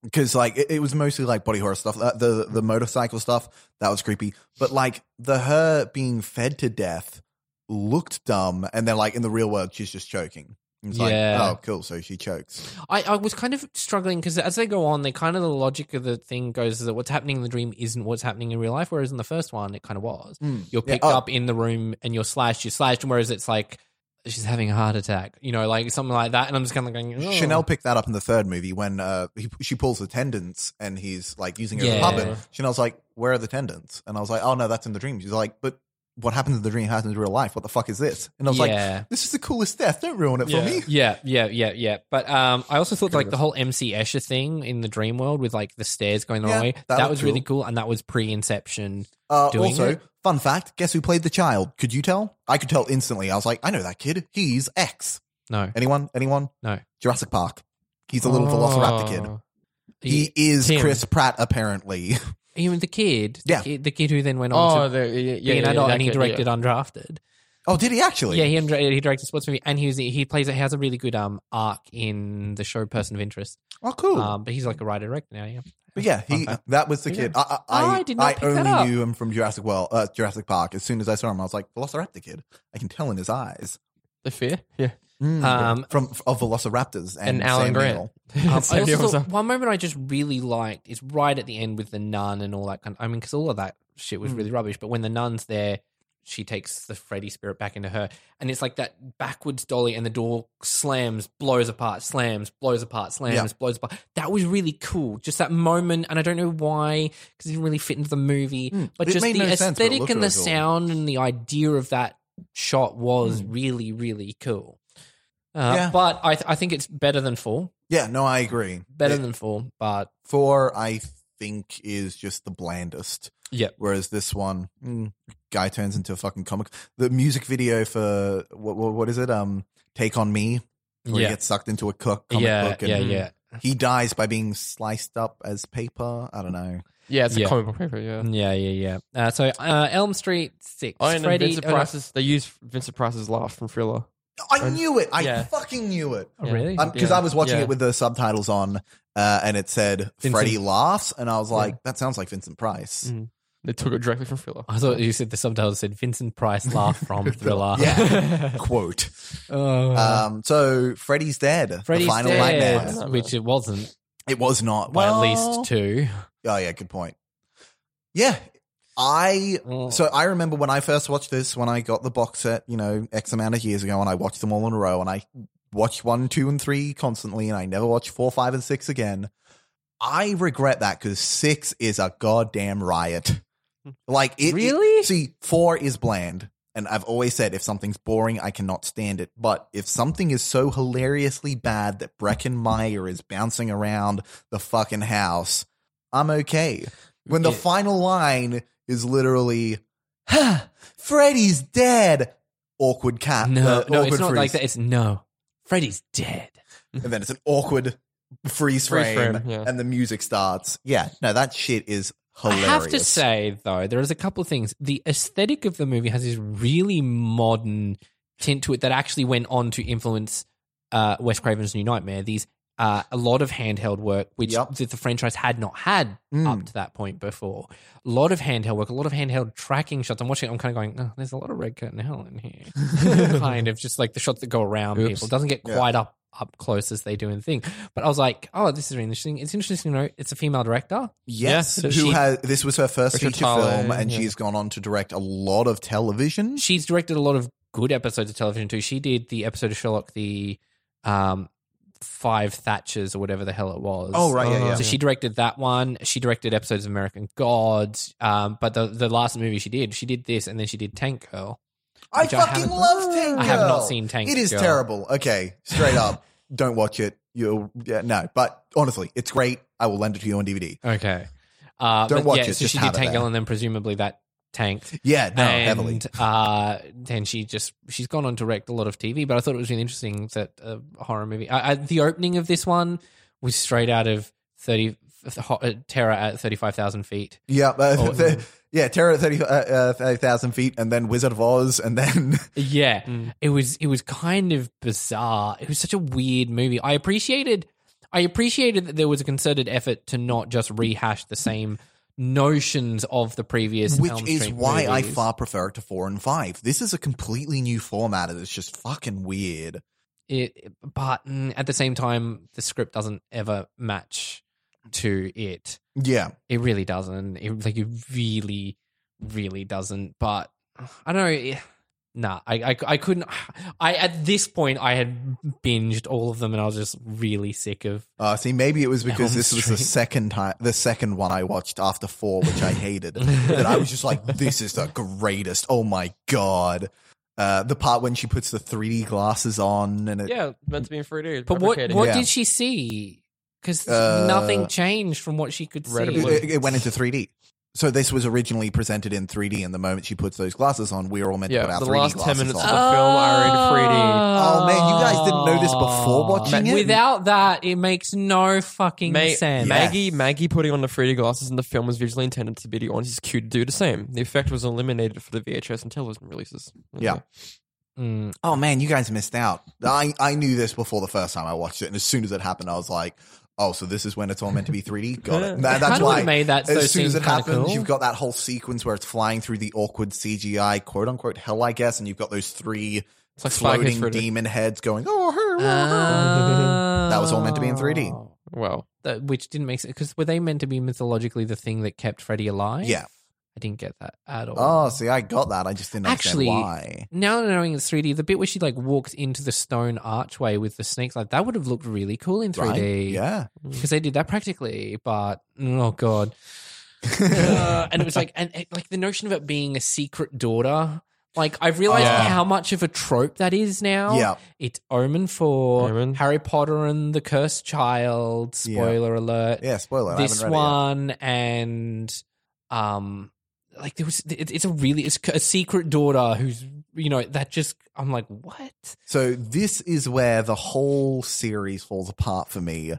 Speaker 5: Because, like, it, it was mostly like body horror stuff. Uh, The, the motorcycle stuff, that was creepy. But, like, the her being fed to death looked dumb. And then, like, in the real world, she's just choking. It's
Speaker 3: Yeah.
Speaker 5: like, oh, cool. So she chokes.
Speaker 3: I, I was kind of struggling because as they go on, they kind of the logic of the thing goes that what's happening in the dream isn't what's happening in real life. Whereas in the first one, it kind of was.
Speaker 5: Mm.
Speaker 3: You're
Speaker 5: Yeah,
Speaker 3: picked
Speaker 5: oh.
Speaker 3: up in the room and you're slashed. You're slashed. Whereas it's like she's having a heart attack, you know, like something like that. And I'm just kind of going. Oh.
Speaker 5: Chanel picked that up in the third movie when uh, he, she pulls the tendons and he's like using her as a
Speaker 3: Yeah.
Speaker 5: puppet. Chanel's like, "Where are the tendons?" And I was like, "Oh no, that's in the dream." She's like, "But what happens in the dream happens in real life. What the fuck is this?" And I was
Speaker 3: Yeah.
Speaker 5: like, "This is the coolest death. Don't ruin it
Speaker 4: Yeah.
Speaker 5: for me."
Speaker 3: Yeah, yeah, yeah, yeah. But um, I also thought like the whole MC Escher thing in the dream world with like the stairs going the
Speaker 5: Yeah,
Speaker 3: wrong way.
Speaker 5: that
Speaker 3: That,
Speaker 5: looked
Speaker 3: was really cool, and that was pre-inception.
Speaker 5: Uh,
Speaker 3: Doing
Speaker 5: also,
Speaker 3: it.
Speaker 5: fun fact: guess who played the child? Could you tell? I could tell instantly. I was like, "I know that kid. He's X."
Speaker 3: No,
Speaker 5: Anyone? Anyone?
Speaker 3: No. Oh.
Speaker 5: Jurassic Park. He's a little Velociraptor
Speaker 4: Oh.
Speaker 5: kid. He is
Speaker 3: Tim.
Speaker 5: Chris Pratt, apparently.
Speaker 3: even the kid, the
Speaker 5: Yeah.
Speaker 3: kid, the kid who then went on
Speaker 4: Oh,
Speaker 3: to
Speaker 4: the, yeah, yeah,
Speaker 3: be an
Speaker 4: yeah,
Speaker 3: adult,
Speaker 4: that
Speaker 3: and he
Speaker 4: kid,
Speaker 3: directed
Speaker 4: yeah.
Speaker 3: Undrafted.
Speaker 5: oh, did he actually?
Speaker 3: Yeah, he undra- he directed a sports movie, and he was he plays he has a really good um arc in the show Person of Interest.
Speaker 5: Oh, cool.
Speaker 3: Um, but he's like a writer director now. Yeah,
Speaker 5: But yeah, he
Speaker 3: fact.
Speaker 5: that was the kid. I I,
Speaker 3: Oh,
Speaker 5: I,
Speaker 3: I did not
Speaker 5: I
Speaker 3: pick that
Speaker 5: only
Speaker 3: up.
Speaker 5: knew him from Jurassic World, uh, Jurassic Park. As soon as I saw him, I was like Velociraptor kid. I can tell in his eyes Hmm.
Speaker 4: The fear, yeah.
Speaker 3: Um,
Speaker 5: from of Velociraptors and,
Speaker 4: And Alan
Speaker 5: Sam
Speaker 4: Grant.
Speaker 5: Neill.
Speaker 3: Um, I
Speaker 4: Sam
Speaker 3: also
Speaker 4: Neill's
Speaker 3: thought
Speaker 4: up.
Speaker 3: one moment I just really liked is right at the end with the nun and all that kind. I mean, because all of that shit
Speaker 5: Hmm.
Speaker 3: was really rubbish. But when the nun's there, she takes the Freddy spirit back into her, and it's like that backwards dolly, and the door slams, blows apart, slams, blows apart, slams,
Speaker 5: Yeah.
Speaker 3: blows apart. That was really cool. Just that moment, and I don't know why because it didn't really fit into the movie, but
Speaker 5: Hmm. It
Speaker 3: just
Speaker 5: made
Speaker 3: the
Speaker 5: no sense, but it
Speaker 3: aesthetic
Speaker 5: looked
Speaker 3: and the
Speaker 5: really cool.
Speaker 3: sound and the idea of that shot was really, really cool. Uh,
Speaker 5: Hmm. Yeah.
Speaker 3: But I, th- I think it's better than four
Speaker 5: Yeah, no, I agree.
Speaker 3: better
Speaker 5: It-
Speaker 3: than four, but
Speaker 5: four. I think is just the blandest.
Speaker 3: yeah,
Speaker 5: Whereas this one, mm, guy turns into a fucking comic. The music video for what what, what is it? Um, Take on Me, where
Speaker 3: yeah,
Speaker 5: he gets sucked into a cook comic
Speaker 3: yeah,
Speaker 5: book. And
Speaker 3: yeah, yeah,
Speaker 5: He dies by being sliced up as paper. I don't know.
Speaker 4: Yeah, it's
Speaker 3: Yeah.
Speaker 4: a comic book paper. Yeah.
Speaker 3: yeah, yeah, yeah. Uh, so uh, Elm Street six,
Speaker 4: Oh, and then
Speaker 3: Freddy.
Speaker 4: Vincent
Speaker 3: oh, no.
Speaker 4: Price's. They use Vincent Price's laugh from Thriller.
Speaker 5: I knew it. I
Speaker 4: Yeah.
Speaker 5: fucking knew it.
Speaker 3: Oh, really?
Speaker 5: Because
Speaker 4: Yeah.
Speaker 5: I was watching
Speaker 4: Yeah.
Speaker 5: it with the subtitles on, uh, and it said
Speaker 3: Vincent-
Speaker 5: Freddy laughs, and I was like, that sounds like Vincent Price.
Speaker 4: Mm. They took it directly from Thriller.
Speaker 3: I thought you said the subtitles said Vincent Price laugh from Thriller. Mm.
Speaker 5: Yeah. Quote.
Speaker 3: Oh.
Speaker 5: Um, so Freddy's dead.
Speaker 3: Freddy's
Speaker 5: the final
Speaker 3: dead,
Speaker 5: nightmare.
Speaker 3: which it wasn't
Speaker 5: It was not.
Speaker 3: by
Speaker 5: Well,
Speaker 3: at least two.
Speaker 5: Oh yeah, good point. Yeah. I
Speaker 3: Oh.
Speaker 5: so I remember when I first watched this when I got the box set, you know, X amount of years ago, and I watched them all in a row, and I watched one, two, and three constantly, and I never watched four, five, and six again. I regret that because six is a goddamn riot. Like it it-
Speaker 3: Really?
Speaker 5: see, four is bland. And I've always said if something's boring, I cannot stand it. But if something is so hilariously bad that Breckenmeyer is bouncing around the fucking house, I'm okay. When the
Speaker 3: Yeah.
Speaker 5: final line is literally, "Ha, Freddy's dead. Awkward cat.
Speaker 3: No,
Speaker 5: uh,
Speaker 3: no,
Speaker 5: awkward
Speaker 3: it's not
Speaker 5: freeze.
Speaker 3: like that. It's no, Freddy's dead.
Speaker 5: And then it's an awkward freeze
Speaker 4: Freeze
Speaker 5: frame,
Speaker 4: frame, yeah.
Speaker 5: and the music starts. Yeah, no, that shit is hilarious.
Speaker 3: I have to say though, there is a couple of things. The aesthetic of the movie has this really modern tint to it that actually went on to influence uh, Wes Craven's New Nightmare. These uh, a lot of handheld work, which
Speaker 5: Yep.
Speaker 3: that the franchise had not had
Speaker 5: Mm.
Speaker 3: up to that point before. A lot of handheld work, a lot of handheld tracking shots. I'm watching. it, I'm kind of going, oh, there's a lot of red curtain hell in here. kind of just like the shots that go around
Speaker 4: Oops.
Speaker 3: people. It doesn't get
Speaker 5: Yeah.
Speaker 3: quite up up close as they do in the thing. But I was like, oh, this is really interesting. It's interesting to know it's a female director.
Speaker 5: yes,
Speaker 4: Yeah,
Speaker 5: who
Speaker 4: she-
Speaker 5: has this was her first
Speaker 4: Richard
Speaker 5: feature
Speaker 4: Talley,
Speaker 5: film, and
Speaker 4: yeah.
Speaker 5: she's gone on to direct a lot of television.
Speaker 3: she's directed a lot of good episodes of television too. She did the episode of Sherlock, the um, Five Thatchers or whatever the hell it was.
Speaker 5: Oh right, yeah,
Speaker 4: Uh,
Speaker 5: yeah.
Speaker 3: So she directed that one. She directed episodes of American Gods. Um, but the the last movie she did, she did this, and then she did Tank Girl.
Speaker 5: I
Speaker 3: which I
Speaker 5: fucking
Speaker 3: haven't-
Speaker 5: love Tank Girl.
Speaker 3: I have not seen Tank
Speaker 5: It is
Speaker 3: Girl.
Speaker 5: terrible. Okay, straight up, don't watch it. You'll yeah, no. But honestly, it's great. I will lend it to you on DVD.
Speaker 3: Okay. Uh,
Speaker 5: Don't
Speaker 3: but
Speaker 5: watch
Speaker 3: yeah,
Speaker 5: it,
Speaker 3: So
Speaker 5: just
Speaker 3: she
Speaker 5: have
Speaker 3: did
Speaker 5: it
Speaker 3: Tank Girl,
Speaker 5: there.
Speaker 3: and then presumably that tanked.
Speaker 5: Yeah, no,
Speaker 3: and,
Speaker 5: heavily.
Speaker 3: Uh, and she just she's gone on to direct a lot of TV, but I thought it was really interesting that a horror movie. I, I, the opening of this one was straight out of thirty ho- uh, terror at thirty five thousand feet.
Speaker 5: Yeah, uh,
Speaker 3: Oh,
Speaker 5: the-
Speaker 3: mm.
Speaker 5: yeah, Terror at 30 uh, uh, 30,000 feet, and then Wizard of Oz, and then
Speaker 3: Yeah,
Speaker 4: Mm.
Speaker 3: it was it was kind of bizarre. It was such a weird movie. I appreciated I appreciated that there was a concerted effort to not just rehash the same notions of the previous,
Speaker 5: which
Speaker 3: Elm
Speaker 5: is
Speaker 3: Street
Speaker 5: why I
Speaker 3: movies.
Speaker 5: far prefer it to four and five. This is a completely new format, and it's just fucking weird.
Speaker 3: it but mm, at the same time the script doesn't ever match to it
Speaker 5: Yeah,
Speaker 3: it really doesn't it like it really really doesn't but i don't know it- nah I, I i couldn't i at this point i had binged all of them and i was just really sick of
Speaker 5: uh, see, maybe it was because
Speaker 3: Elm
Speaker 5: this was the
Speaker 3: Street.
Speaker 5: second time, the second one I watched after four, which I hated, that I was just like, "This is the greatest! Oh my god!" Uh, the part when she puts the 3D glasses on, and it,
Speaker 4: Yeah, meant to be in 3D.
Speaker 3: but what what
Speaker 5: Yeah.
Speaker 3: did she see because
Speaker 5: Uh,
Speaker 3: nothing changed from what she could
Speaker 4: Red and
Speaker 3: see
Speaker 4: blue.
Speaker 5: it, it went into 3D. So this was originally presented in 3D, and the moment she puts those glasses on, we were all meant
Speaker 4: Yeah,
Speaker 5: to put our
Speaker 4: the
Speaker 5: 3D
Speaker 4: last 10
Speaker 5: glasses
Speaker 4: minutes
Speaker 5: on.
Speaker 4: of the film are in 3D.
Speaker 5: Oh, man, you guys didn't know this before watching it?
Speaker 3: Without that, it makes no fucking
Speaker 4: Ma-
Speaker 3: sense.
Speaker 5: Yeah.
Speaker 4: Maggie Maggie putting on the 3D glasses in the film was visually intended to be the audience's cue to do the same. The effect was eliminated for the VHS and television releases.
Speaker 5: Yeah.
Speaker 3: Mm.
Speaker 5: Oh man, you guys missed out. I, I knew this before the first time I watched it, and as soon as it happened, I was like, "Oh, so this is when it's all meant to be 3D." Got it. That- that's
Speaker 3: Kinda
Speaker 5: why.
Speaker 3: would've made that so
Speaker 5: as soon as
Speaker 3: seem
Speaker 5: it
Speaker 3: kinda
Speaker 5: happens,
Speaker 3: cool.
Speaker 5: you've got that whole sequence where it's flying through the awkward CGI, quote unquote hell, I guess, and you've got those three
Speaker 4: It's like Spy Kids
Speaker 5: floating
Speaker 4: 3D.
Speaker 5: demon heads going, "Oh, her,
Speaker 3: that
Speaker 5: was all meant to be in 3D.
Speaker 4: Well,
Speaker 3: which didn't make sense because were they meant to be mythologically the thing that kept Freddy alive?
Speaker 5: yeah."
Speaker 3: I didn't get that at all.
Speaker 5: Oh, see, I got that. I just didn't
Speaker 3: Actually-
Speaker 5: understand why.
Speaker 3: now that knowing it's 3D, the bit where she like walks into the stone archway with the snakes, like that would have looked really cool in 3D.
Speaker 5: Right? Yeah.
Speaker 3: because they did that practically. But oh god, Uh, and it was like and and, like the notion of it being a secret daughter. Like I've realized
Speaker 5: Yeah.
Speaker 3: how much of a trope that is now.
Speaker 5: Yeah.
Speaker 3: it's Omen for
Speaker 4: Omen.
Speaker 3: Harry Potter and the Cursed Child. Spoiler alert!
Speaker 5: Yeah, spoiler. I
Speaker 3: this
Speaker 5: haven't read it yet.
Speaker 3: one and um, like there was it, it's a really it's a secret daughter who's you know that just I'm like what
Speaker 5: So this is where the whole series falls apart for me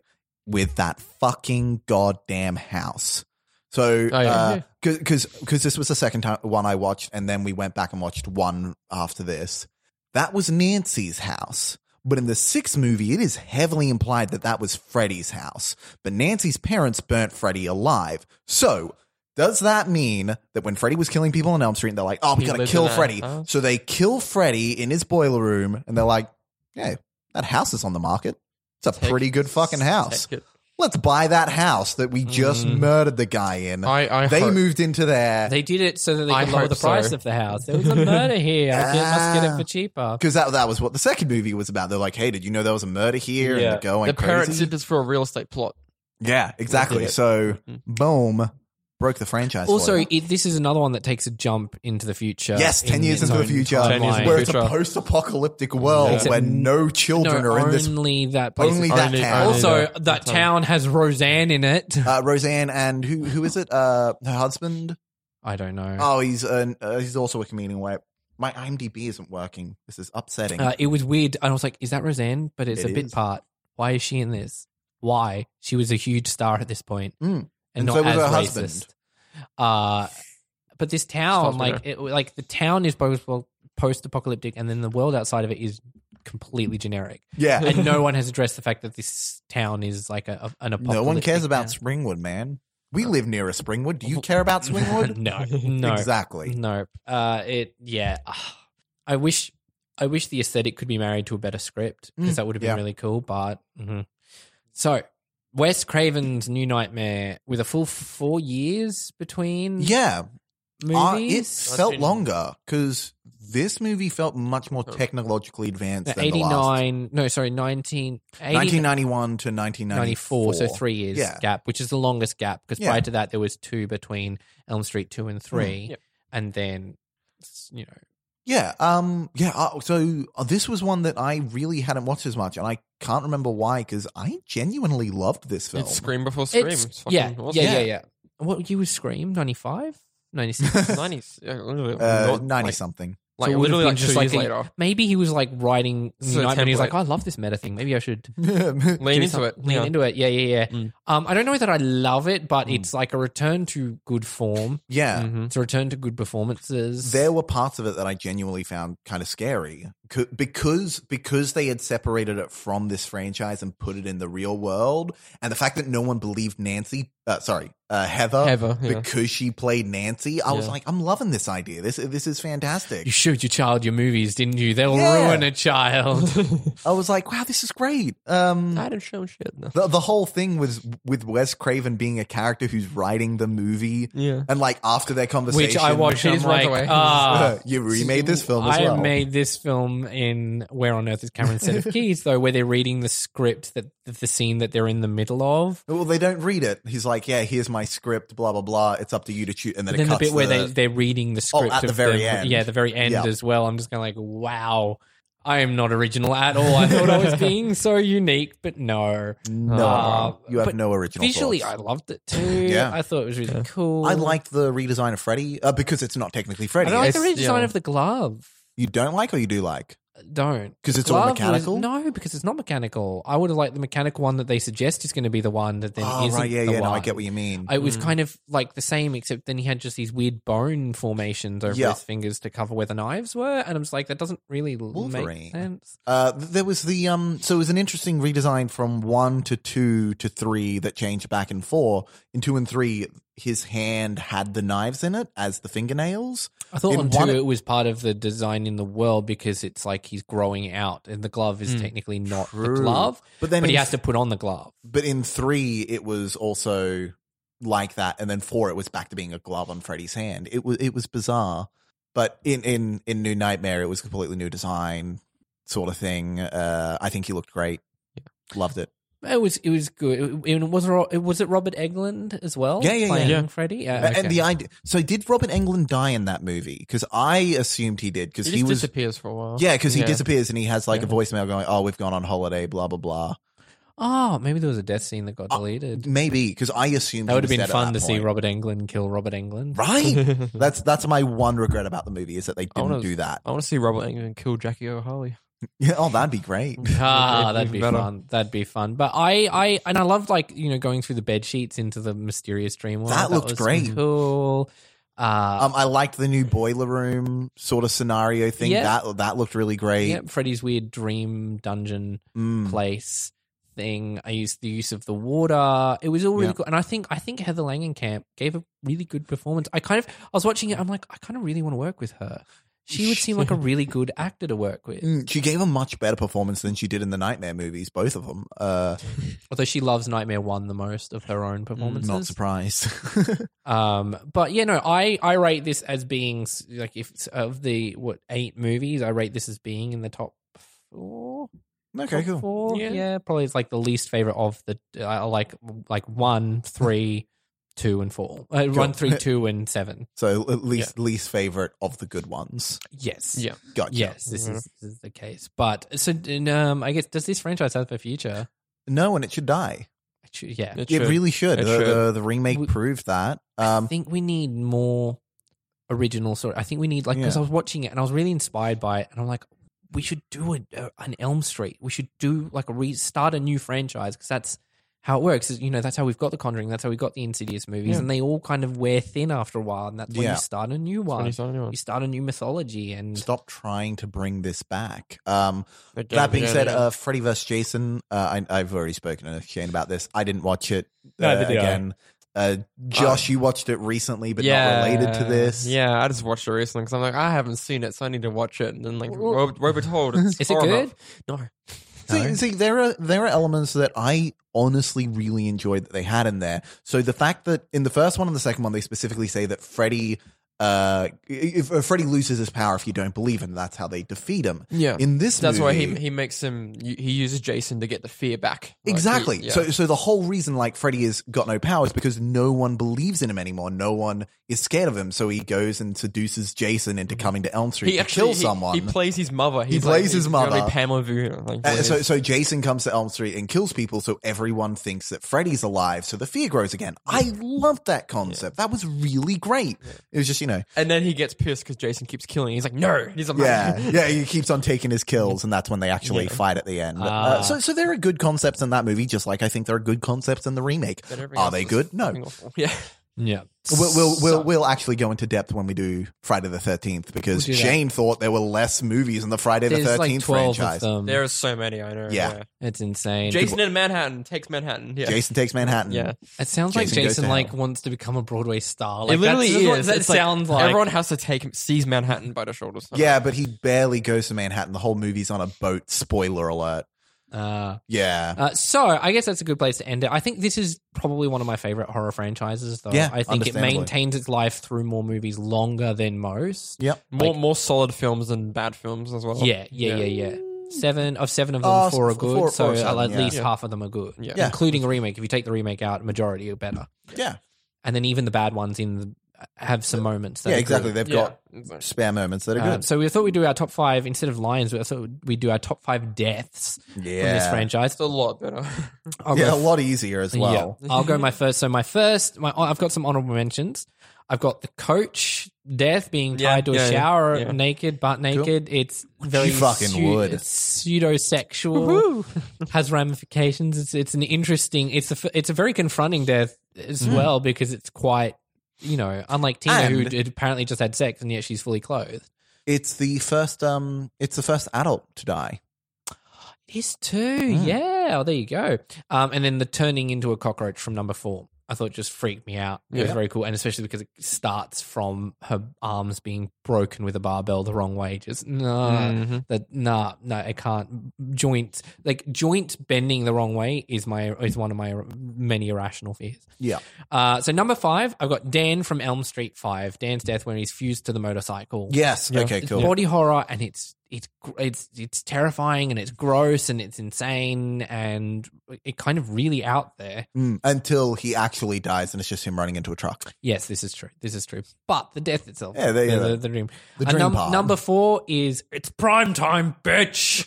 Speaker 5: with that fucking goddamn house. So uh,
Speaker 4: Oh, yeah.
Speaker 5: because because this was the second time one I watched, and then we went back and watched one after this. That was Nancy's house. But in the sixth movie, it is heavily implied that that was Freddy's house. But Nancy's parents burnt Freddy alive. So, does that mean that when Freddy was killing people on Elm Street, they're like, oh, we
Speaker 4: He
Speaker 5: gotta
Speaker 4: lived
Speaker 5: kill
Speaker 4: in a
Speaker 5: Freddy.
Speaker 4: house?
Speaker 5: So they kill Freddy in his boiler room, and they're like, hey, that house is on the market. It's a
Speaker 4: Take-
Speaker 5: pretty good fucking house.
Speaker 4: Take it.
Speaker 5: Let's buy that house that we just
Speaker 3: Mm.
Speaker 5: murdered the guy in.
Speaker 4: I, I
Speaker 5: they
Speaker 4: hope-
Speaker 5: moved into there.
Speaker 3: They did it so that they
Speaker 4: I
Speaker 3: could lower
Speaker 4: hope
Speaker 3: the price
Speaker 4: so.
Speaker 3: of the house. There was a murder here. I get, must get it
Speaker 5: Ah.
Speaker 3: for cheaper.
Speaker 5: because that, that was what the second movie was about. They're like, hey, did you know there was a murder here? And they're going
Speaker 4: the parents
Speaker 5: crazy.
Speaker 4: did this for a real estate plot.
Speaker 5: yeah, exactly.
Speaker 4: did it.
Speaker 5: So,
Speaker 4: Mm.
Speaker 5: boom, broke the franchise. for
Speaker 3: Also,
Speaker 5: them.
Speaker 3: it, this is another one that takes a jump into the future.
Speaker 5: yes, 10 years
Speaker 3: its
Speaker 5: into the
Speaker 3: own
Speaker 5: future,
Speaker 4: 10 years
Speaker 3: timeline.
Speaker 4: into
Speaker 5: where
Speaker 4: the
Speaker 5: it's a
Speaker 4: future.
Speaker 5: post apocalyptic world
Speaker 4: Except
Speaker 5: where no children
Speaker 3: no,
Speaker 5: are in this.
Speaker 3: only that place.
Speaker 5: only
Speaker 3: is-
Speaker 5: that
Speaker 4: Only-
Speaker 5: town.
Speaker 4: only
Speaker 3: also,
Speaker 4: that-
Speaker 3: that
Speaker 4: that
Speaker 3: town has Roseanne in it.
Speaker 5: Uh, Roseanne and who who is it? Uh, her husband.
Speaker 3: I don't know.
Speaker 5: Oh, he's an, uh, he's also a comedian. Where my IMDb isn't working. This is upsetting.
Speaker 3: Uh, it was weird. And I was like, is that Roseanne? But it's
Speaker 5: It
Speaker 3: a bit
Speaker 5: is.
Speaker 3: part. Why is she in this? Why? She was a huge star at this point.
Speaker 5: Mm.
Speaker 3: And,
Speaker 5: And
Speaker 3: not
Speaker 5: so was
Speaker 3: as
Speaker 5: her
Speaker 3: racist.
Speaker 5: husband.
Speaker 3: Uh, but this town,
Speaker 4: Sounds
Speaker 3: like, it, like the town is both well, post-apocalyptic, and then the world outside of it is completely generic,
Speaker 5: Yeah.
Speaker 3: and no one has addressed the fact that this town is like a, a- an apocalyptic.
Speaker 5: no one cares about
Speaker 3: town.
Speaker 5: Springwood, man. We live near a Springwood. Do you care about Springwood?
Speaker 3: no, no,
Speaker 5: Exactly.
Speaker 3: no. Uh, it, yeah. Ah, I wish, I wish the aesthetic could be married to a better script because
Speaker 5: Mm,
Speaker 3: that would have been
Speaker 5: yeah.
Speaker 3: really cool. But mhm. so, Wes Craven's New Nightmare with a full four years between
Speaker 5: Yeah. Uh, it
Speaker 3: movies.
Speaker 5: felt
Speaker 4: That's
Speaker 5: longer because this movie felt much more technologically advanced than the last.
Speaker 3: 89 no sorry 19 1994
Speaker 5: 1991 to 1994.
Speaker 3: so three years
Speaker 5: Yeah.
Speaker 3: gap which is the longest gap because
Speaker 5: Yeah.
Speaker 3: prior to that there was two between elm street 2 and 3
Speaker 4: Yep.
Speaker 3: and then s- you know
Speaker 5: Yeah, um, yeah. Uh, so uh, this was one that I really hadn't watched as much, and I can't remember why because I genuinely loved this film.
Speaker 4: It's Scream Before Scream.
Speaker 3: It's-
Speaker 4: It's
Speaker 3: yeah,
Speaker 4: fucking awesome.
Speaker 3: yeah yeah yeah what you was scream 95 96
Speaker 4: 90s. Yeah, literally.
Speaker 5: uh,
Speaker 4: Not-
Speaker 5: ninety
Speaker 4: like-
Speaker 5: something.
Speaker 4: Like,
Speaker 3: it would have
Speaker 4: literally
Speaker 3: been
Speaker 4: like two years
Speaker 3: a-
Speaker 4: later.
Speaker 3: maybe he was like writing
Speaker 4: It's
Speaker 3: New
Speaker 4: a
Speaker 3: Nightmare and he's
Speaker 4: template.
Speaker 3: like "Oh, I love this meta thing maybe I should
Speaker 5: yeah,
Speaker 4: Lean
Speaker 3: do
Speaker 4: into
Speaker 3: some-
Speaker 4: it.
Speaker 3: lean
Speaker 4: yeah.
Speaker 3: into it yeah yeah yeah
Speaker 4: Mm.
Speaker 3: um, I don't know that I love it but
Speaker 5: Mm.
Speaker 3: it's like a return to good form Mm-hmm.
Speaker 4: Mhm.
Speaker 3: it's a return to good performances
Speaker 5: there were parts of it that I genuinely found kind of scary Co- because because they had separated it from this franchise and put it in the real world, and the fact that no one believed Nancy, uh, sorry, uh, Heather,
Speaker 4: Heather, yeah.
Speaker 5: because she played Nancy. I was
Speaker 4: Yeah.
Speaker 5: like, I'm loving this idea. This this is fantastic.
Speaker 3: You showed your child your movies, didn't you? They'll
Speaker 5: Yeah.
Speaker 3: ruin a child.
Speaker 5: I was like, wow, this is great. Um,
Speaker 4: I didn't show shit. No.
Speaker 5: the the whole thing was with Wes Craven being a character who's writing the movie,
Speaker 4: Yeah.
Speaker 5: and like after their conversation,
Speaker 3: Mm. Which I watched and
Speaker 4: Please
Speaker 3: I'm
Speaker 4: runs
Speaker 3: like,
Speaker 4: away.
Speaker 3: ah.
Speaker 5: you remade this film as
Speaker 3: I
Speaker 5: well.
Speaker 3: made this film in Where on Earth is Cameron Set of Keys, though, where they're reading the script that of the scene that they're in the middle of.
Speaker 5: well, they don't read it. He's like, yeah, here's my script, blah blah blah. It's up to you to shoot, and then
Speaker 3: And then
Speaker 5: it
Speaker 3: the
Speaker 5: cuts Oh,
Speaker 3: bit where they, they're reading the script
Speaker 5: at
Speaker 3: of
Speaker 5: the very end.
Speaker 3: Yeah, the very end
Speaker 5: Yeah.
Speaker 3: as well. I'm just going like, wow, I am not original at all. I thought I was being so unique, but no.
Speaker 5: no,
Speaker 3: Uh,
Speaker 5: you have
Speaker 3: but
Speaker 5: no original.
Speaker 3: Visually,
Speaker 5: thoughts.
Speaker 3: I loved it too.
Speaker 5: Yeah.
Speaker 3: I thought it was really cool.
Speaker 5: I, liked the redesign of Freddy uh, because it's not technically
Speaker 3: I
Speaker 5: Freddy.
Speaker 3: don't like the
Speaker 5: It's-
Speaker 3: redesign
Speaker 4: yeah.
Speaker 3: of the glove.
Speaker 5: you don't like or you do like?
Speaker 3: don't
Speaker 5: 'Cause it's all
Speaker 3: Glove was-
Speaker 5: mechanical?
Speaker 3: no, because it's not mechanical. I would have liked the mechanical one that they suggest is going to be the one that then
Speaker 5: oh
Speaker 3: isn't
Speaker 5: right, yeah,
Speaker 3: the
Speaker 5: yeah. No, I
Speaker 3: one.
Speaker 5: get what you Mm. mean.
Speaker 3: It was kind of like the same, except then he had just these weird bone formations over
Speaker 5: Yeah.
Speaker 3: his fingers to cover where the knives were, and I'm just like, that doesn't really l-
Speaker 5: Wolverine.
Speaker 3: make sense.
Speaker 5: Uh, th- there was the um, so it was an interesting redesign from one to two to three that changed back and four. In two and three, his hand had the knives in it as the fingernails.
Speaker 3: I thought
Speaker 5: In
Speaker 3: on e- two
Speaker 5: one-
Speaker 3: it was part of the design in the world because it's like he's growing out, and the glove is technically not the
Speaker 5: True.
Speaker 3: glove,
Speaker 5: But then
Speaker 3: but he
Speaker 5: in-
Speaker 3: has to put on the glove.
Speaker 5: But in three, it was also like that, and then four, it was back to being a glove on Freddy's hand. It was it was bizarre. But in in in New Nightmare, it was completely new design sort of thing. Uh, I think he looked great. Loved it.
Speaker 3: It was it was good. It, it was Ro- it was it Robert Eglund as well?
Speaker 5: Yeah, yeah, yeah.
Speaker 3: playing
Speaker 4: Yeah.
Speaker 3: Freddy. Yeah,
Speaker 5: A-
Speaker 3: Oh, okay.
Speaker 5: And the idea. So did Robin Englund die in that movie? Because I assumed he did. Because
Speaker 4: He,
Speaker 5: he,
Speaker 4: just
Speaker 5: was
Speaker 4: disappears for a while.
Speaker 5: yeah. Because he
Speaker 4: Yeah.
Speaker 5: disappears and he has like a
Speaker 4: Yeah.
Speaker 5: voicemail going, "Oh, we've gone on holiday." Blah blah blah.
Speaker 3: Oh, maybe there was a death scene that got
Speaker 5: Uh,
Speaker 3: deleted.
Speaker 5: Maybe because I assumed
Speaker 3: that
Speaker 5: he
Speaker 3: would have
Speaker 5: was
Speaker 3: been
Speaker 5: dead at
Speaker 3: fun
Speaker 5: that
Speaker 3: to see
Speaker 5: point.
Speaker 3: Robert Englund kill Robert Englund.
Speaker 5: Right. that's that's my one regret about the movie is that they
Speaker 4: I
Speaker 5: didn't
Speaker 4: wanna-
Speaker 5: do that.
Speaker 4: I want to see Robert Englund kill Jackie O'Harley.
Speaker 5: Yeah. Oh, that'd be great.
Speaker 3: Ah,
Speaker 4: Even
Speaker 3: that'd be
Speaker 4: better.
Speaker 3: fun. That'd be fun. But I, I, and I loved like you know going through the bed sheets into the mysterious dream world.
Speaker 5: That looked
Speaker 3: was
Speaker 5: great.
Speaker 3: Cool. Uh,
Speaker 5: Um, I liked the new boiler room sort of scenario thing.
Speaker 3: Yeah.
Speaker 5: That that looked really great.
Speaker 3: yeah, Freddy's weird dream dungeon.
Speaker 5: Mm.
Speaker 3: place thing. I used the use of the water. It was all really
Speaker 5: Yeah.
Speaker 3: cool. And I think I think Heather Langenkamp gave a really good performance. I kind of I was watching it, I'm like, I kind of really want to work with her. She would seem like a really good actor to work with.
Speaker 5: Mm, She gave a much better performance than she did in the Nightmare movies, both of them. Uh,
Speaker 3: Although she loves Nightmare One the most of her own performances.
Speaker 5: Mm, not surprised.
Speaker 3: Um, but yeah, no, I I rate this as being s- like if it's of the what eight movies, I rate this as being in the top four.
Speaker 5: okay,
Speaker 3: top
Speaker 5: cool.
Speaker 3: four. Yeah.
Speaker 4: Yeah.
Speaker 3: probably it's like the least favorite of the uh, like like one, three, two, and four. Uh, One, three, two, and seven.
Speaker 5: So at least least favorite of the good ones.
Speaker 3: Yes.
Speaker 4: Yeah.
Speaker 5: Gotcha. Mm-hmm.
Speaker 3: Yes, this is, this is the case. But so, and, um, I guess does this franchise have a future?
Speaker 5: No, and it should die.
Speaker 3: Actually, Yeah,
Speaker 5: It, really should.
Speaker 4: It
Speaker 5: the,
Speaker 4: should.
Speaker 5: The, the remake
Speaker 3: We-
Speaker 5: proved that.
Speaker 3: I
Speaker 5: Um,
Speaker 3: think we need more original story. I think we need like because
Speaker 5: Yeah.
Speaker 3: I was watching it and I was really inspired by it, and I'm like, we should do a, a, an Elm Street. We should do like a re- start a new franchise because that's how it works is, you know, that's how we've got the Conjuring, that's how we got the Insidious movies,
Speaker 4: Yeah.
Speaker 3: and they all kind of wear thin after a while, and that's when
Speaker 5: Yeah.
Speaker 3: you start a new
Speaker 4: That's when
Speaker 3: one.
Speaker 4: you start a new one.
Speaker 3: You start a new mythology, and
Speaker 5: Stop trying to bring this back. Um,
Speaker 4: Again,
Speaker 5: that being
Speaker 4: again,
Speaker 5: said,
Speaker 4: again.
Speaker 5: uh, Freddy vs. Jason, uh, I, I've already spoken to Shane about this. I didn't watch it uh,
Speaker 6: Neither did I.
Speaker 5: again. Uh, Josh, you watched it recently, but not related to this.
Speaker 4: Yeah, I just watched it recently because I'm like, I haven't seen it, so I need to watch it. And then like, we're, we're told, it's
Speaker 3: Is it
Speaker 4: horror.
Speaker 3: good?
Speaker 4: No,
Speaker 5: See, see, there are there are elements that I honestly really enjoyed that they had in there. So the fact that in the first one and the second one, they specifically say that Freddy, uh, if, if Freddy loses his power if you don't believe him, that's how they defeat him.
Speaker 4: yeah,
Speaker 5: In this,
Speaker 4: that's why he
Speaker 5: movie-
Speaker 4: he makes him. He uses Jason to get the fear back. Like, he-
Speaker 5: Exactly.
Speaker 4: yeah.
Speaker 5: So, so the whole reason like Freddy has got no power is because no one believes in him anymore. No one is scared of him. So he goes and seduces Jason into coming to Elm Street
Speaker 4: Mm-hmm. he
Speaker 5: to
Speaker 4: actually
Speaker 5: kill someone.
Speaker 4: He, he plays his mother. He's
Speaker 5: plays
Speaker 4: like,
Speaker 5: his
Speaker 4: he's gonna
Speaker 5: mother.
Speaker 4: Be Pamela Vu. Like,
Speaker 5: Uh, so, so Jason comes to Elm Street and kills people, so everyone thinks that Freddy's alive, so the fear grows again. I loved that concept. That was really great. It was just, you know,
Speaker 4: and then he gets pissed because Jason keeps killing. He's like, no, he's a
Speaker 5: yeah,
Speaker 4: man.
Speaker 5: yeah. He keeps on taking his kills, and that's when they actually fight at the end.
Speaker 3: Ah.
Speaker 5: Uh, so, so there are good concepts in that movie, just like I think there are good concepts in the remake.
Speaker 4: But everything
Speaker 5: Are
Speaker 4: else
Speaker 5: they
Speaker 4: is
Speaker 5: good? No. Mm.
Speaker 4: fucking awful. Yeah.
Speaker 3: yeah,
Speaker 5: We'll, we'll we'll we'll actually go into depth when we do Friday the Thirteenth because
Speaker 3: We'll do that.
Speaker 5: Shane thought there were less movies in the Friday the
Speaker 3: there's like
Speaker 5: Thirteenth
Speaker 3: twelve
Speaker 5: franchise.
Speaker 3: of them.
Speaker 4: There are so many. I know.
Speaker 5: Yeah.
Speaker 3: it's insane.
Speaker 4: Jason in Manhattan takes Manhattan. Yeah.
Speaker 5: Jason takes Manhattan.
Speaker 4: Yeah.
Speaker 3: it sounds
Speaker 5: Jason
Speaker 3: like
Speaker 5: goes
Speaker 3: Jason
Speaker 5: to
Speaker 3: like
Speaker 5: hell.
Speaker 3: wants to become a Broadway star. Like
Speaker 4: It literally
Speaker 3: that's, that's what
Speaker 4: is.
Speaker 3: that
Speaker 4: It's
Speaker 3: sounds like.
Speaker 4: everyone has to take seize Manhattan by the shoulders.
Speaker 5: Yeah, but he barely goes to Manhattan. The whole movie's on a boat. Spoiler alert.
Speaker 3: Uh,
Speaker 5: Yeah.
Speaker 3: Uh, so I guess that's a good place to end it. I think this is probably one of my favorite horror franchises, though.
Speaker 5: Yeah,
Speaker 3: I think it
Speaker 5: understandably.
Speaker 3: maintains its life through more movies longer than most.
Speaker 5: Yep.
Speaker 4: more more solid films than bad films as well.
Speaker 3: Yeah, yeah, yeah, yeah. Seven of seven of them,
Speaker 5: Oh,
Speaker 3: four are
Speaker 5: s-
Speaker 3: good.
Speaker 5: four-
Speaker 3: so
Speaker 5: four of seven,
Speaker 3: at
Speaker 5: yeah.
Speaker 3: least
Speaker 4: Yeah.
Speaker 3: half of them are good,
Speaker 4: Yeah.
Speaker 5: Yeah.
Speaker 3: including a remake. If you take the remake out, majority are better,
Speaker 5: Yeah.
Speaker 3: and then even the bad ones in the, have some moments. That
Speaker 5: Yeah,
Speaker 3: are
Speaker 5: exactly.
Speaker 3: good.
Speaker 5: They've
Speaker 4: Yeah.
Speaker 5: got spare moments that are
Speaker 3: Uh,
Speaker 5: good.
Speaker 3: so we thought we'd do our top five instead of lions. We thought we'd do our top five deaths from this
Speaker 5: Yeah.
Speaker 3: franchise.
Speaker 4: It's a lot better.
Speaker 3: I'll
Speaker 5: Yeah,
Speaker 3: go
Speaker 5: a lot easier as well.
Speaker 3: Yeah. I'll go my first. So my first, my I've got some honorable mentions. I've got the coach death being tied
Speaker 4: Yeah,
Speaker 3: to a
Speaker 4: yeah, yeah,
Speaker 3: shower,
Speaker 4: yeah.
Speaker 3: naked, butt naked. It's very
Speaker 5: fucking would.
Speaker 3: It's pseudo-sexual. has ramifications. It's it's an interesting. It's a f- it's a very confronting death as
Speaker 4: Hmm.
Speaker 3: well because it's quite you know unlike Tina who
Speaker 5: And-
Speaker 3: d- apparently just had sex and yet she's fully clothed.
Speaker 5: It's the first um it's the first adult to die.
Speaker 3: Is too, yeah. Oh, there you go. Um, and then the turning into a cockroach from number four, I thought just freaked me out. It was
Speaker 4: Yeah.
Speaker 3: very cool, and especially because it starts from her arms being broken with a barbell the wrong way. Just nah,
Speaker 4: Mhm.
Speaker 3: that nah, no, I can't. Joints like joints bending the wrong way is my is one of my many irrational fears.
Speaker 5: Yeah.
Speaker 3: Uh, so number five, I've got Dan from Elm Street Five. Dan's death when he's fused to the motorcycle.
Speaker 5: Yes. Okay,
Speaker 3: It's
Speaker 5: cool.
Speaker 3: body horror, and it's it's gr- it's it's terrifying, and it's gross, and it's insane, and it kind of really out there.
Speaker 5: Mm, Until he actually dies and it's just him running into a truck.
Speaker 3: Yes, this is true. This is true. But the death itself,
Speaker 5: Yeah, there you
Speaker 3: the,
Speaker 5: go.
Speaker 3: the, the dream.
Speaker 5: The
Speaker 3: And
Speaker 5: dream
Speaker 3: num-
Speaker 5: part.
Speaker 3: Number four is it's prime time, bitch.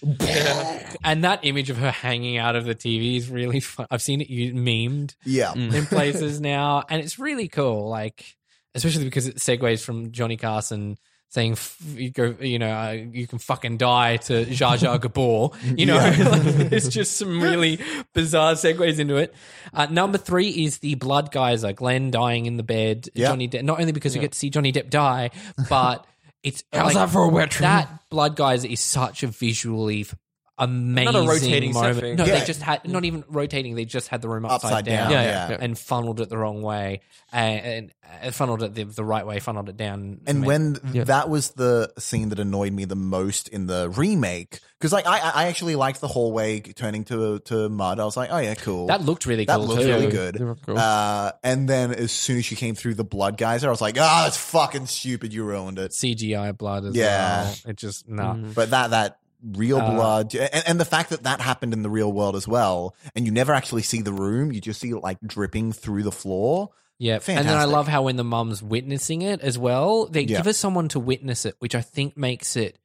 Speaker 3: and that image of her hanging out of the TV is really fun. I've seen it u- memed
Speaker 5: Yeah.
Speaker 3: in
Speaker 4: Mm.
Speaker 3: places now, and it's really cool. Like, especially because it segues from Johnny Carson saying, f- "You go, you know, uh, you can fucking die" to Jar Jar Gabor. You know, like, it's just some really bizarre segues into it. Uh, number three is the blood geyser, Glenn dying in the bed.
Speaker 5: Yeah.
Speaker 3: Johnny, Depp, not only because we get to see Johnny Depp die, but it's
Speaker 4: How's that for a wet dream?
Speaker 3: That blood geyser is such a visually. f- Amazing
Speaker 4: Another rotating set
Speaker 3: moment.
Speaker 4: thing.
Speaker 3: No,
Speaker 5: Yeah.
Speaker 3: they just had not even rotating. They just had the room upside,
Speaker 5: Upside
Speaker 3: down
Speaker 5: down.
Speaker 4: Yeah,
Speaker 5: Yeah.
Speaker 4: yeah, yeah.
Speaker 3: and funneled it the wrong way and, and uh, funneled it the, the right way, funneled it down.
Speaker 5: And
Speaker 3: made-
Speaker 5: when that was the scene that annoyed me the most in the remake, because like I, I I actually liked the hallway turning to to mud. I was like, oh yeah, cool.
Speaker 3: that looked really
Speaker 5: that
Speaker 3: cool,
Speaker 5: looked
Speaker 3: too.
Speaker 5: really
Speaker 4: they were
Speaker 5: good.
Speaker 4: cool.
Speaker 5: Uh, and then as soon as she came through the blood geyser, I was like, ah, that's fucking stupid. You ruined it.
Speaker 3: CGI blood as
Speaker 5: Yeah.
Speaker 3: well. It just no.
Speaker 4: Mm.
Speaker 5: But that that real
Speaker 3: Uh,
Speaker 5: blood and, and the fact that that happened in the real world as well, and you never actually see the room. You just see it like dripping through the floor.
Speaker 3: Yeah, and then I
Speaker 5: Fantastic.
Speaker 3: love how when the mum's witnessing it as well, they
Speaker 5: Yeah.
Speaker 3: give us someone to witness it, which I think makes it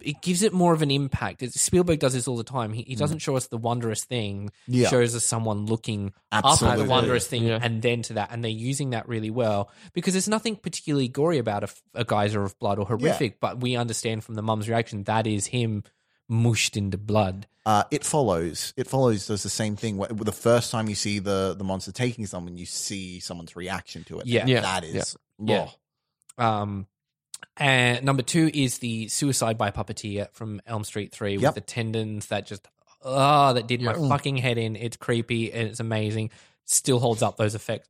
Speaker 3: it gives it more of an impact. It's, Spielberg does this all the time. He,
Speaker 5: Mm.
Speaker 3: he doesn't show us the wondrous thing; He
Speaker 5: Yeah.
Speaker 3: shows us someone looking up at
Speaker 5: Absolutely.
Speaker 3: the wondrous thing
Speaker 4: Yeah.
Speaker 3: and then to that, and they're using that really well because there's nothing particularly gory about a, f- a geyser of blood or horrific, but we understand from the mum's reaction that is him mushed into blood.
Speaker 5: Uh, it follows. It follows does the same thing. Wh- The first time you see the the monster taking someone, you see someone's reaction to it.
Speaker 3: Yeah.
Speaker 4: Yeah.
Speaker 5: that
Speaker 4: Yeah.
Speaker 5: is
Speaker 3: Yeah. Um, and number two is the Suicide by Puppeteer from Elm Street 3
Speaker 5: Yep.
Speaker 3: with the tendons that just, ah, that did my
Speaker 4: Yeah.
Speaker 3: fucking head in. It's creepy and it's amazing. Still holds up. Those effects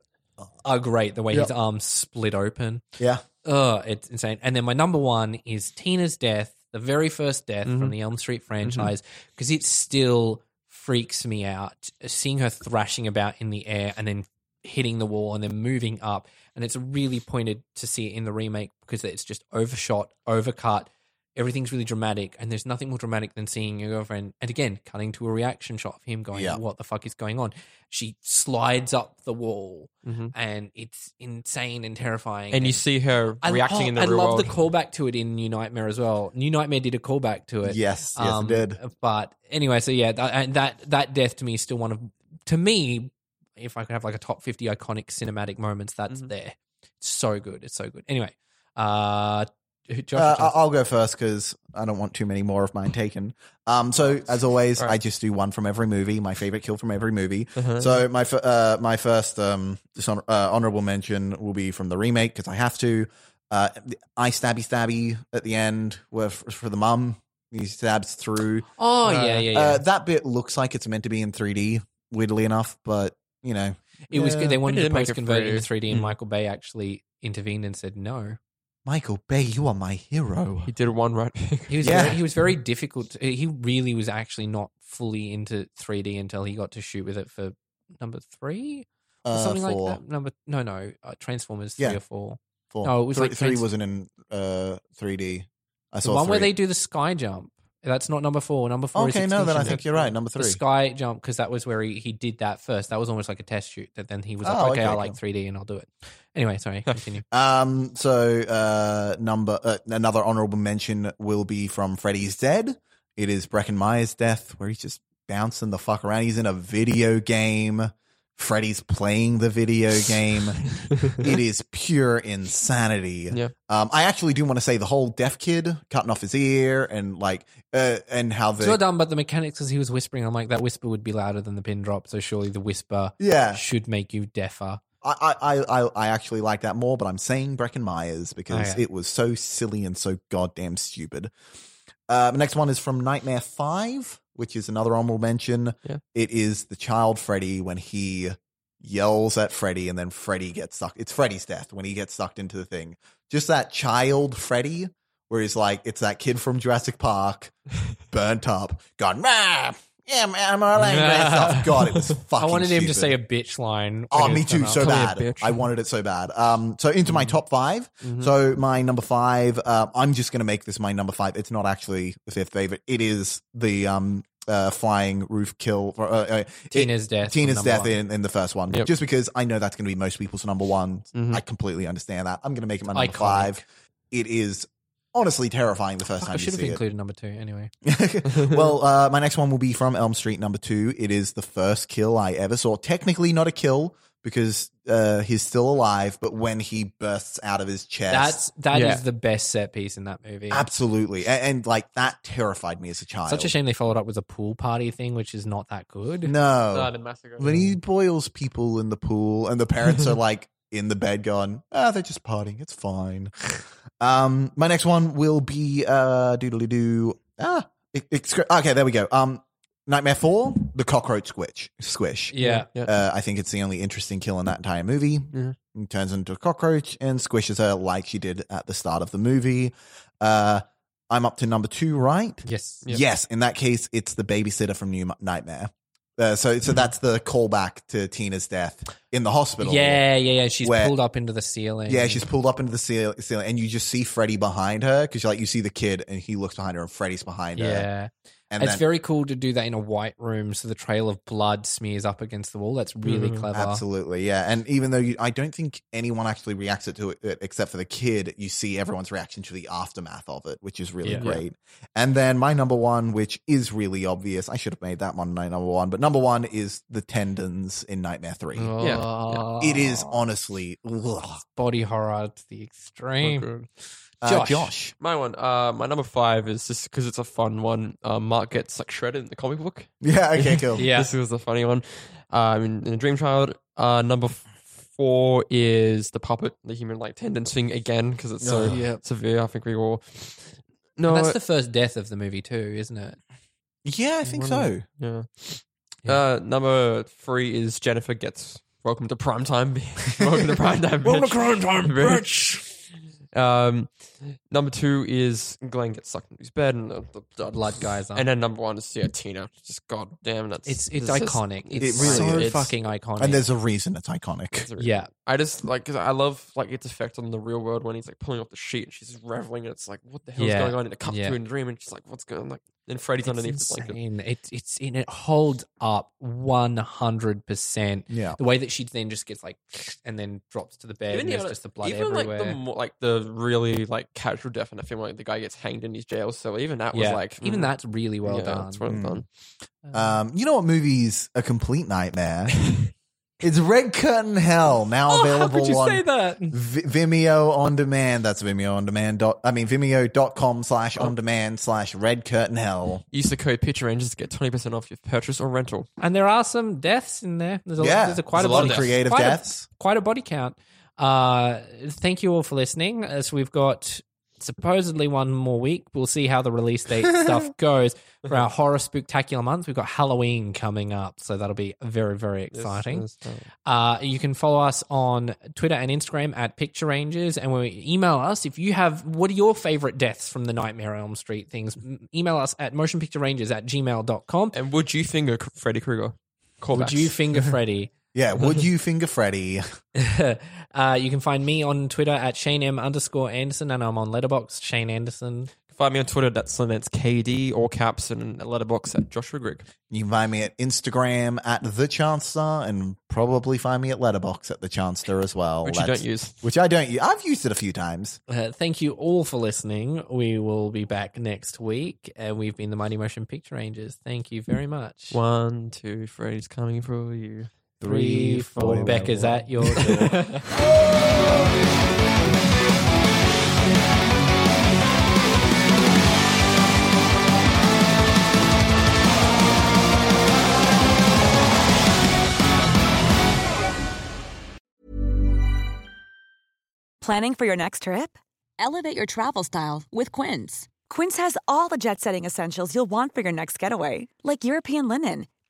Speaker 3: are great. The way his arms split open.
Speaker 5: yeah.
Speaker 3: Ugh, Oh, it's insane. And then my number one is Tina's death, the very first death from
Speaker 4: Mhm.
Speaker 3: the Elm Street franchise, because it still freaks me out. Seeing her thrashing about in the air and then hitting the wall and then moving up. And it's really pointed to see it in the remake because it's just overshot, overcut. Everything's really dramatic, and there's nothing more dramatic than seeing your girlfriend. And again, cutting to a reaction shot of him going,
Speaker 5: Yeah.
Speaker 3: What the fuck is going on? She slides up the wall,
Speaker 4: Mhm.
Speaker 3: and it's insane and terrifying.
Speaker 4: and you see her reacting
Speaker 3: oh,
Speaker 4: in the
Speaker 3: I
Speaker 4: real
Speaker 3: love
Speaker 4: world.
Speaker 3: the callback to it in New Nightmare as well. New Nightmare did a callback to it.
Speaker 5: Yes, yes,
Speaker 3: Um,
Speaker 5: it did.
Speaker 3: But anyway, so yeah, that, and that that death to me is still one of to me. If I could have like a top fifty iconic cinematic moments, that's
Speaker 4: Mhm.
Speaker 3: there. It's so good. It's so good. Anyway, uh, Josh, or
Speaker 5: Uh, I-
Speaker 3: Jonathan?
Speaker 5: I'll go first because I don't want too many more of mine taken. Um, so as always,
Speaker 4: All right.
Speaker 5: I just do one from every movie. My favorite kill from every movie.
Speaker 4: Uh-huh.
Speaker 5: So my fir- uh, my first um, dishonor- uh, honorable mention will be from the remake because I have to. Uh, the eye stabby stabby at the end where f- for the mum he stabs through.
Speaker 3: oh
Speaker 4: uh,
Speaker 3: yeah, yeah, yeah.
Speaker 5: Uh, that bit looks like it's meant to be in 3D, weirdly enough, but you know,
Speaker 3: it was good. They wanted
Speaker 4: did
Speaker 3: to
Speaker 4: make it
Speaker 3: post convert into
Speaker 4: 3D.
Speaker 3: three D, and
Speaker 4: Mm.
Speaker 3: Michael Bay actually intervened and said no.
Speaker 5: Michael Bay, you are my hero.
Speaker 4: he did one right.
Speaker 3: He was
Speaker 5: Yeah.
Speaker 3: very, he was very difficult. to- he really was actually not fully into 3D until he got to shoot with it for number three or
Speaker 5: Uh,
Speaker 3: something
Speaker 5: for-
Speaker 3: like that. Number no no uh, Transformers three
Speaker 5: Yeah.
Speaker 3: or four.
Speaker 5: for-
Speaker 3: No, Oh, it was
Speaker 5: three,
Speaker 3: like
Speaker 5: three
Speaker 3: trans-
Speaker 5: wasn't in uh, 3D. I
Speaker 3: The
Speaker 5: saw
Speaker 3: one where
Speaker 5: three.
Speaker 3: they do the sky jump. That's not number four. Number four.
Speaker 5: Okay,
Speaker 3: is
Speaker 5: no, then I
Speaker 3: Extinction
Speaker 5: think
Speaker 3: Event.
Speaker 5: you're right. Number three.
Speaker 3: The sky jump because that was where he, he did that first. That was almost like a test shoot. That then he was like,
Speaker 5: Oh,
Speaker 3: okay,
Speaker 5: okay,
Speaker 3: I like
Speaker 5: cool.
Speaker 3: 3D and I'll do it. Anyway, sorry, continue.
Speaker 5: Um, so uh, number uh, another honorable mention will be from Freddy's Dead. It is Brecken Meyer's death, where he's just bouncing the fuck around. He's in a video game. Freddy's playing the video game. it is pure insanity.
Speaker 4: Yeah.
Speaker 5: Um, I actually do want to say the whole deaf kid cutting off his ear and like uh, and how the
Speaker 3: It's well done, but the mechanics as he was whispering, I'm like that whisper would be louder than the pin drop, so surely the whisper
Speaker 5: yeah.
Speaker 3: should make you deafer.
Speaker 5: I, I, I, I- I actually like that more, but I'm saying Brecken Myers because
Speaker 3: Okay.
Speaker 5: it was so silly and so goddamn stupid. Uh, the next one is from Nightmare 5, which is another honorable mention.
Speaker 4: Yeah.
Speaker 5: It is the child Freddy when he yells at Freddy and then Freddy gets sucked. It's Freddy's death when he gets sucked into the thing. Just that child Freddy where he's like, it's that kid from Jurassic Park, burnt up, gone, rah, yeah, man, I'm all angry and stuff. God, it was fucking
Speaker 3: I wanted him to
Speaker 5: stupid.
Speaker 3: say a bitch line.
Speaker 5: Oh,
Speaker 3: when he
Speaker 5: me
Speaker 3: was
Speaker 5: too,
Speaker 3: done
Speaker 5: so
Speaker 3: up.
Speaker 4: Come here,
Speaker 5: bad.
Speaker 4: bitch.
Speaker 5: I wanted it so bad. Um, so into
Speaker 3: Mm-hmm.
Speaker 5: my top 5
Speaker 4: Mhm.
Speaker 5: So my number five, uh, I'm just gonna make this my number five. It's not actually the fifth favorite. It is the um uh flying roof kill. Uh, uh,
Speaker 3: Tina's death.
Speaker 5: Tina's
Speaker 3: number
Speaker 5: death
Speaker 3: one.
Speaker 5: in, in the first one,
Speaker 4: Yep.
Speaker 5: just because I know that's going to be most people's number one.
Speaker 4: Mhm.
Speaker 5: I completely understand that. I'm going to make it my number
Speaker 3: Mm-hmm. Iconic.
Speaker 5: five. It is honestly terrifying the first
Speaker 3: Fuck,
Speaker 5: time
Speaker 3: I
Speaker 5: you
Speaker 3: should have
Speaker 5: see it.
Speaker 3: included number two anyway.
Speaker 5: well, uh, my next one will be from Elm Street number two. It is the first kill I ever saw. Technically, not a kill because uh, he's still alive, but when he bursts out of his chest.
Speaker 3: That's that is
Speaker 4: Yeah.
Speaker 3: the best set piece in that movie.
Speaker 5: absolutely. A- And, like, that terrified me as a child.
Speaker 3: Such a shame they followed up with a pool party thing, which is not that good.
Speaker 4: Ah,
Speaker 5: No.
Speaker 4: the massacre.
Speaker 5: When he boils people in the pool and the parents are like in the bed going, ah, they're just partying. It's fine. Um, my next one will be uh, doodly doo. Ah, it, it's, okay, there we go. Um, Nightmare 4, the cockroach squish. squish.
Speaker 3: Yeah.
Speaker 4: yeah.
Speaker 5: Uh, I think it's the only interesting kill in that entire movie.
Speaker 4: Mhm.
Speaker 5: He turns into a cockroach and squishes her like she did at the start of the movie. Uh, I'm up to number two, right?
Speaker 3: Yes.
Speaker 4: Yep.
Speaker 5: Yes. In that case, it's the babysitter from New Nightmare. Uh, so,
Speaker 3: Hmm.
Speaker 5: so that's the callback to Tina's death in the hospital.
Speaker 3: Yeah, yeah, yeah. She's
Speaker 5: Where-
Speaker 3: pulled up into the ceiling.
Speaker 5: Yeah, she's pulled up into the ceil- ceiling, and you just see Freddy behind her because like you see the kid, and he looks behind her, and Freddy's behind her.
Speaker 3: Yeah.
Speaker 5: and
Speaker 3: it's
Speaker 5: then,
Speaker 3: very cool to do that in a white room so the trail of blood smears up against the wall. That's really
Speaker 4: Mhm.
Speaker 3: clever.
Speaker 5: Absolutely, yeah. And even though you, I don't think anyone actually reacts to it uh, except for the kid, you see everyone's reaction to the aftermath of it, which is really
Speaker 3: Yeah.
Speaker 5: great. And then my number one, which is really obvious, I should have made that one my number one, but number one is the tendons in Nightmare 3.
Speaker 4: Yeah.
Speaker 3: Oh.
Speaker 5: It is honestly, ugh.
Speaker 3: body horror to the extreme.
Speaker 4: Oh, God.
Speaker 5: Uh,
Speaker 3: Josh.
Speaker 5: Josh.
Speaker 4: My one, uh, my number five is just because it's a fun one. Uh, Mark gets like shredded in the comic book.
Speaker 5: Yeah. Okay. Cool.
Speaker 3: Yeah.
Speaker 4: This was a funny one. Um, in, in Dream Child, uh, number f- four is the puppet, the human like tendon swing again because it's so severe. I think we all. No,
Speaker 3: And that's the first death of the movie too, isn't it?
Speaker 5: Yeah, I think so.
Speaker 4: yeah.
Speaker 3: Yeah.
Speaker 4: Uh, number three is Jennifer gets welcome to prime time. bitch. welcome to prime time. Welcome to prime time, bitch. Um, number two is Glenn gets sucked into his bed and the, the, the
Speaker 3: Blood guys up.
Speaker 4: And then number one is yeah Tina. Just goddamn, that's
Speaker 3: It's it's
Speaker 4: that's just-
Speaker 3: iconic.
Speaker 4: it
Speaker 3: it's
Speaker 4: really
Speaker 3: so
Speaker 4: is.
Speaker 3: fucking iconic.
Speaker 5: And there's a reason it's iconic.
Speaker 3: yeah,
Speaker 4: I just like because I love like its effect on the real world when he's like pulling off the sheet and she's just reveling and it's like what the hell's
Speaker 3: Yeah.
Speaker 4: going on in a cup
Speaker 3: Yeah.
Speaker 4: to a dream and she's like what's going on like and Freddy's
Speaker 3: it's
Speaker 4: underneath the blanket.
Speaker 3: insane. It, it's and it holds up one hundred percent.
Speaker 5: Yeah.
Speaker 3: The way that she then just gets like and then drops to the bed and there's
Speaker 4: the-
Speaker 3: just the blood
Speaker 4: even,
Speaker 3: everywhere.
Speaker 4: Like the, more, like the really like casual death in the film, like the guy gets hanged in his jail. So even that was
Speaker 3: yeah,
Speaker 4: like mm.
Speaker 3: even that's really well done. Uh,
Speaker 4: It's well
Speaker 5: Mm.
Speaker 4: done.
Speaker 5: Um, you know what movie's a complete nightmare? it's Red Curtain Hell,
Speaker 4: Oh,
Speaker 5: now available on
Speaker 3: that?
Speaker 5: Vi- Vimeo on demand. That's Vimeo on demand. Dot, I mean, vimeo.com slash
Speaker 4: Oh.
Speaker 5: on demand slash Red Curtain Hell.
Speaker 4: Use the code Pitch Rangers to get twenty percent off your purchase or rental.
Speaker 3: And there are some deaths in there. There's a,
Speaker 5: Yeah,
Speaker 3: there's a quite
Speaker 5: there's
Speaker 3: a,
Speaker 5: a lot
Speaker 3: body-
Speaker 5: of creative
Speaker 3: quite a-
Speaker 5: deaths.
Speaker 3: quite a body count. Uh, thank you all for listening. As we've got supposedly one more week, we'll see how the release date stuff goes for our horror spooktacular month. We've got Halloween coming up, so that'll be very very exciting.
Speaker 4: Yes, yes, yes.
Speaker 3: Uh, you can follow us on Twitter and Instagram at Picture Rangers, and we email us if you have what are your favorite deaths from the Nightmare on Elm Street things. M- Email us at motionpicturerangers at gmail.com.
Speaker 4: And would you finger C- Freddy Krueger? Callbacks.
Speaker 3: Would you finger Freddy?
Speaker 5: Yeah, would you finger Freddy?
Speaker 3: uh, you can find me on Twitter at Shane M underscore Anderson, and I'm on Letterbox Shane Anderson.
Speaker 4: find me on Twitter? That's that's KD or caps and a letterbox at Joshua Grigg.
Speaker 5: You can find me at Instagram at The Chancellor and probably find me at Letterbox at The Chancellor as well.
Speaker 4: Which you
Speaker 5: That's-
Speaker 4: don't use.
Speaker 5: Which I don't use. I've used it a few times.
Speaker 3: Uh, thank you all for listening. We will be back next week, and we've been the Mighty Motion Picture Rangers. Thank you very much.
Speaker 4: One, two, Freddy's coming for you.
Speaker 3: Three, four, Becca's at your door.
Speaker 6: Planning for your next trip? Elevate your travel style with Quince. Quince has all the jet setting essentials you'll want for your next getaway, like European linen,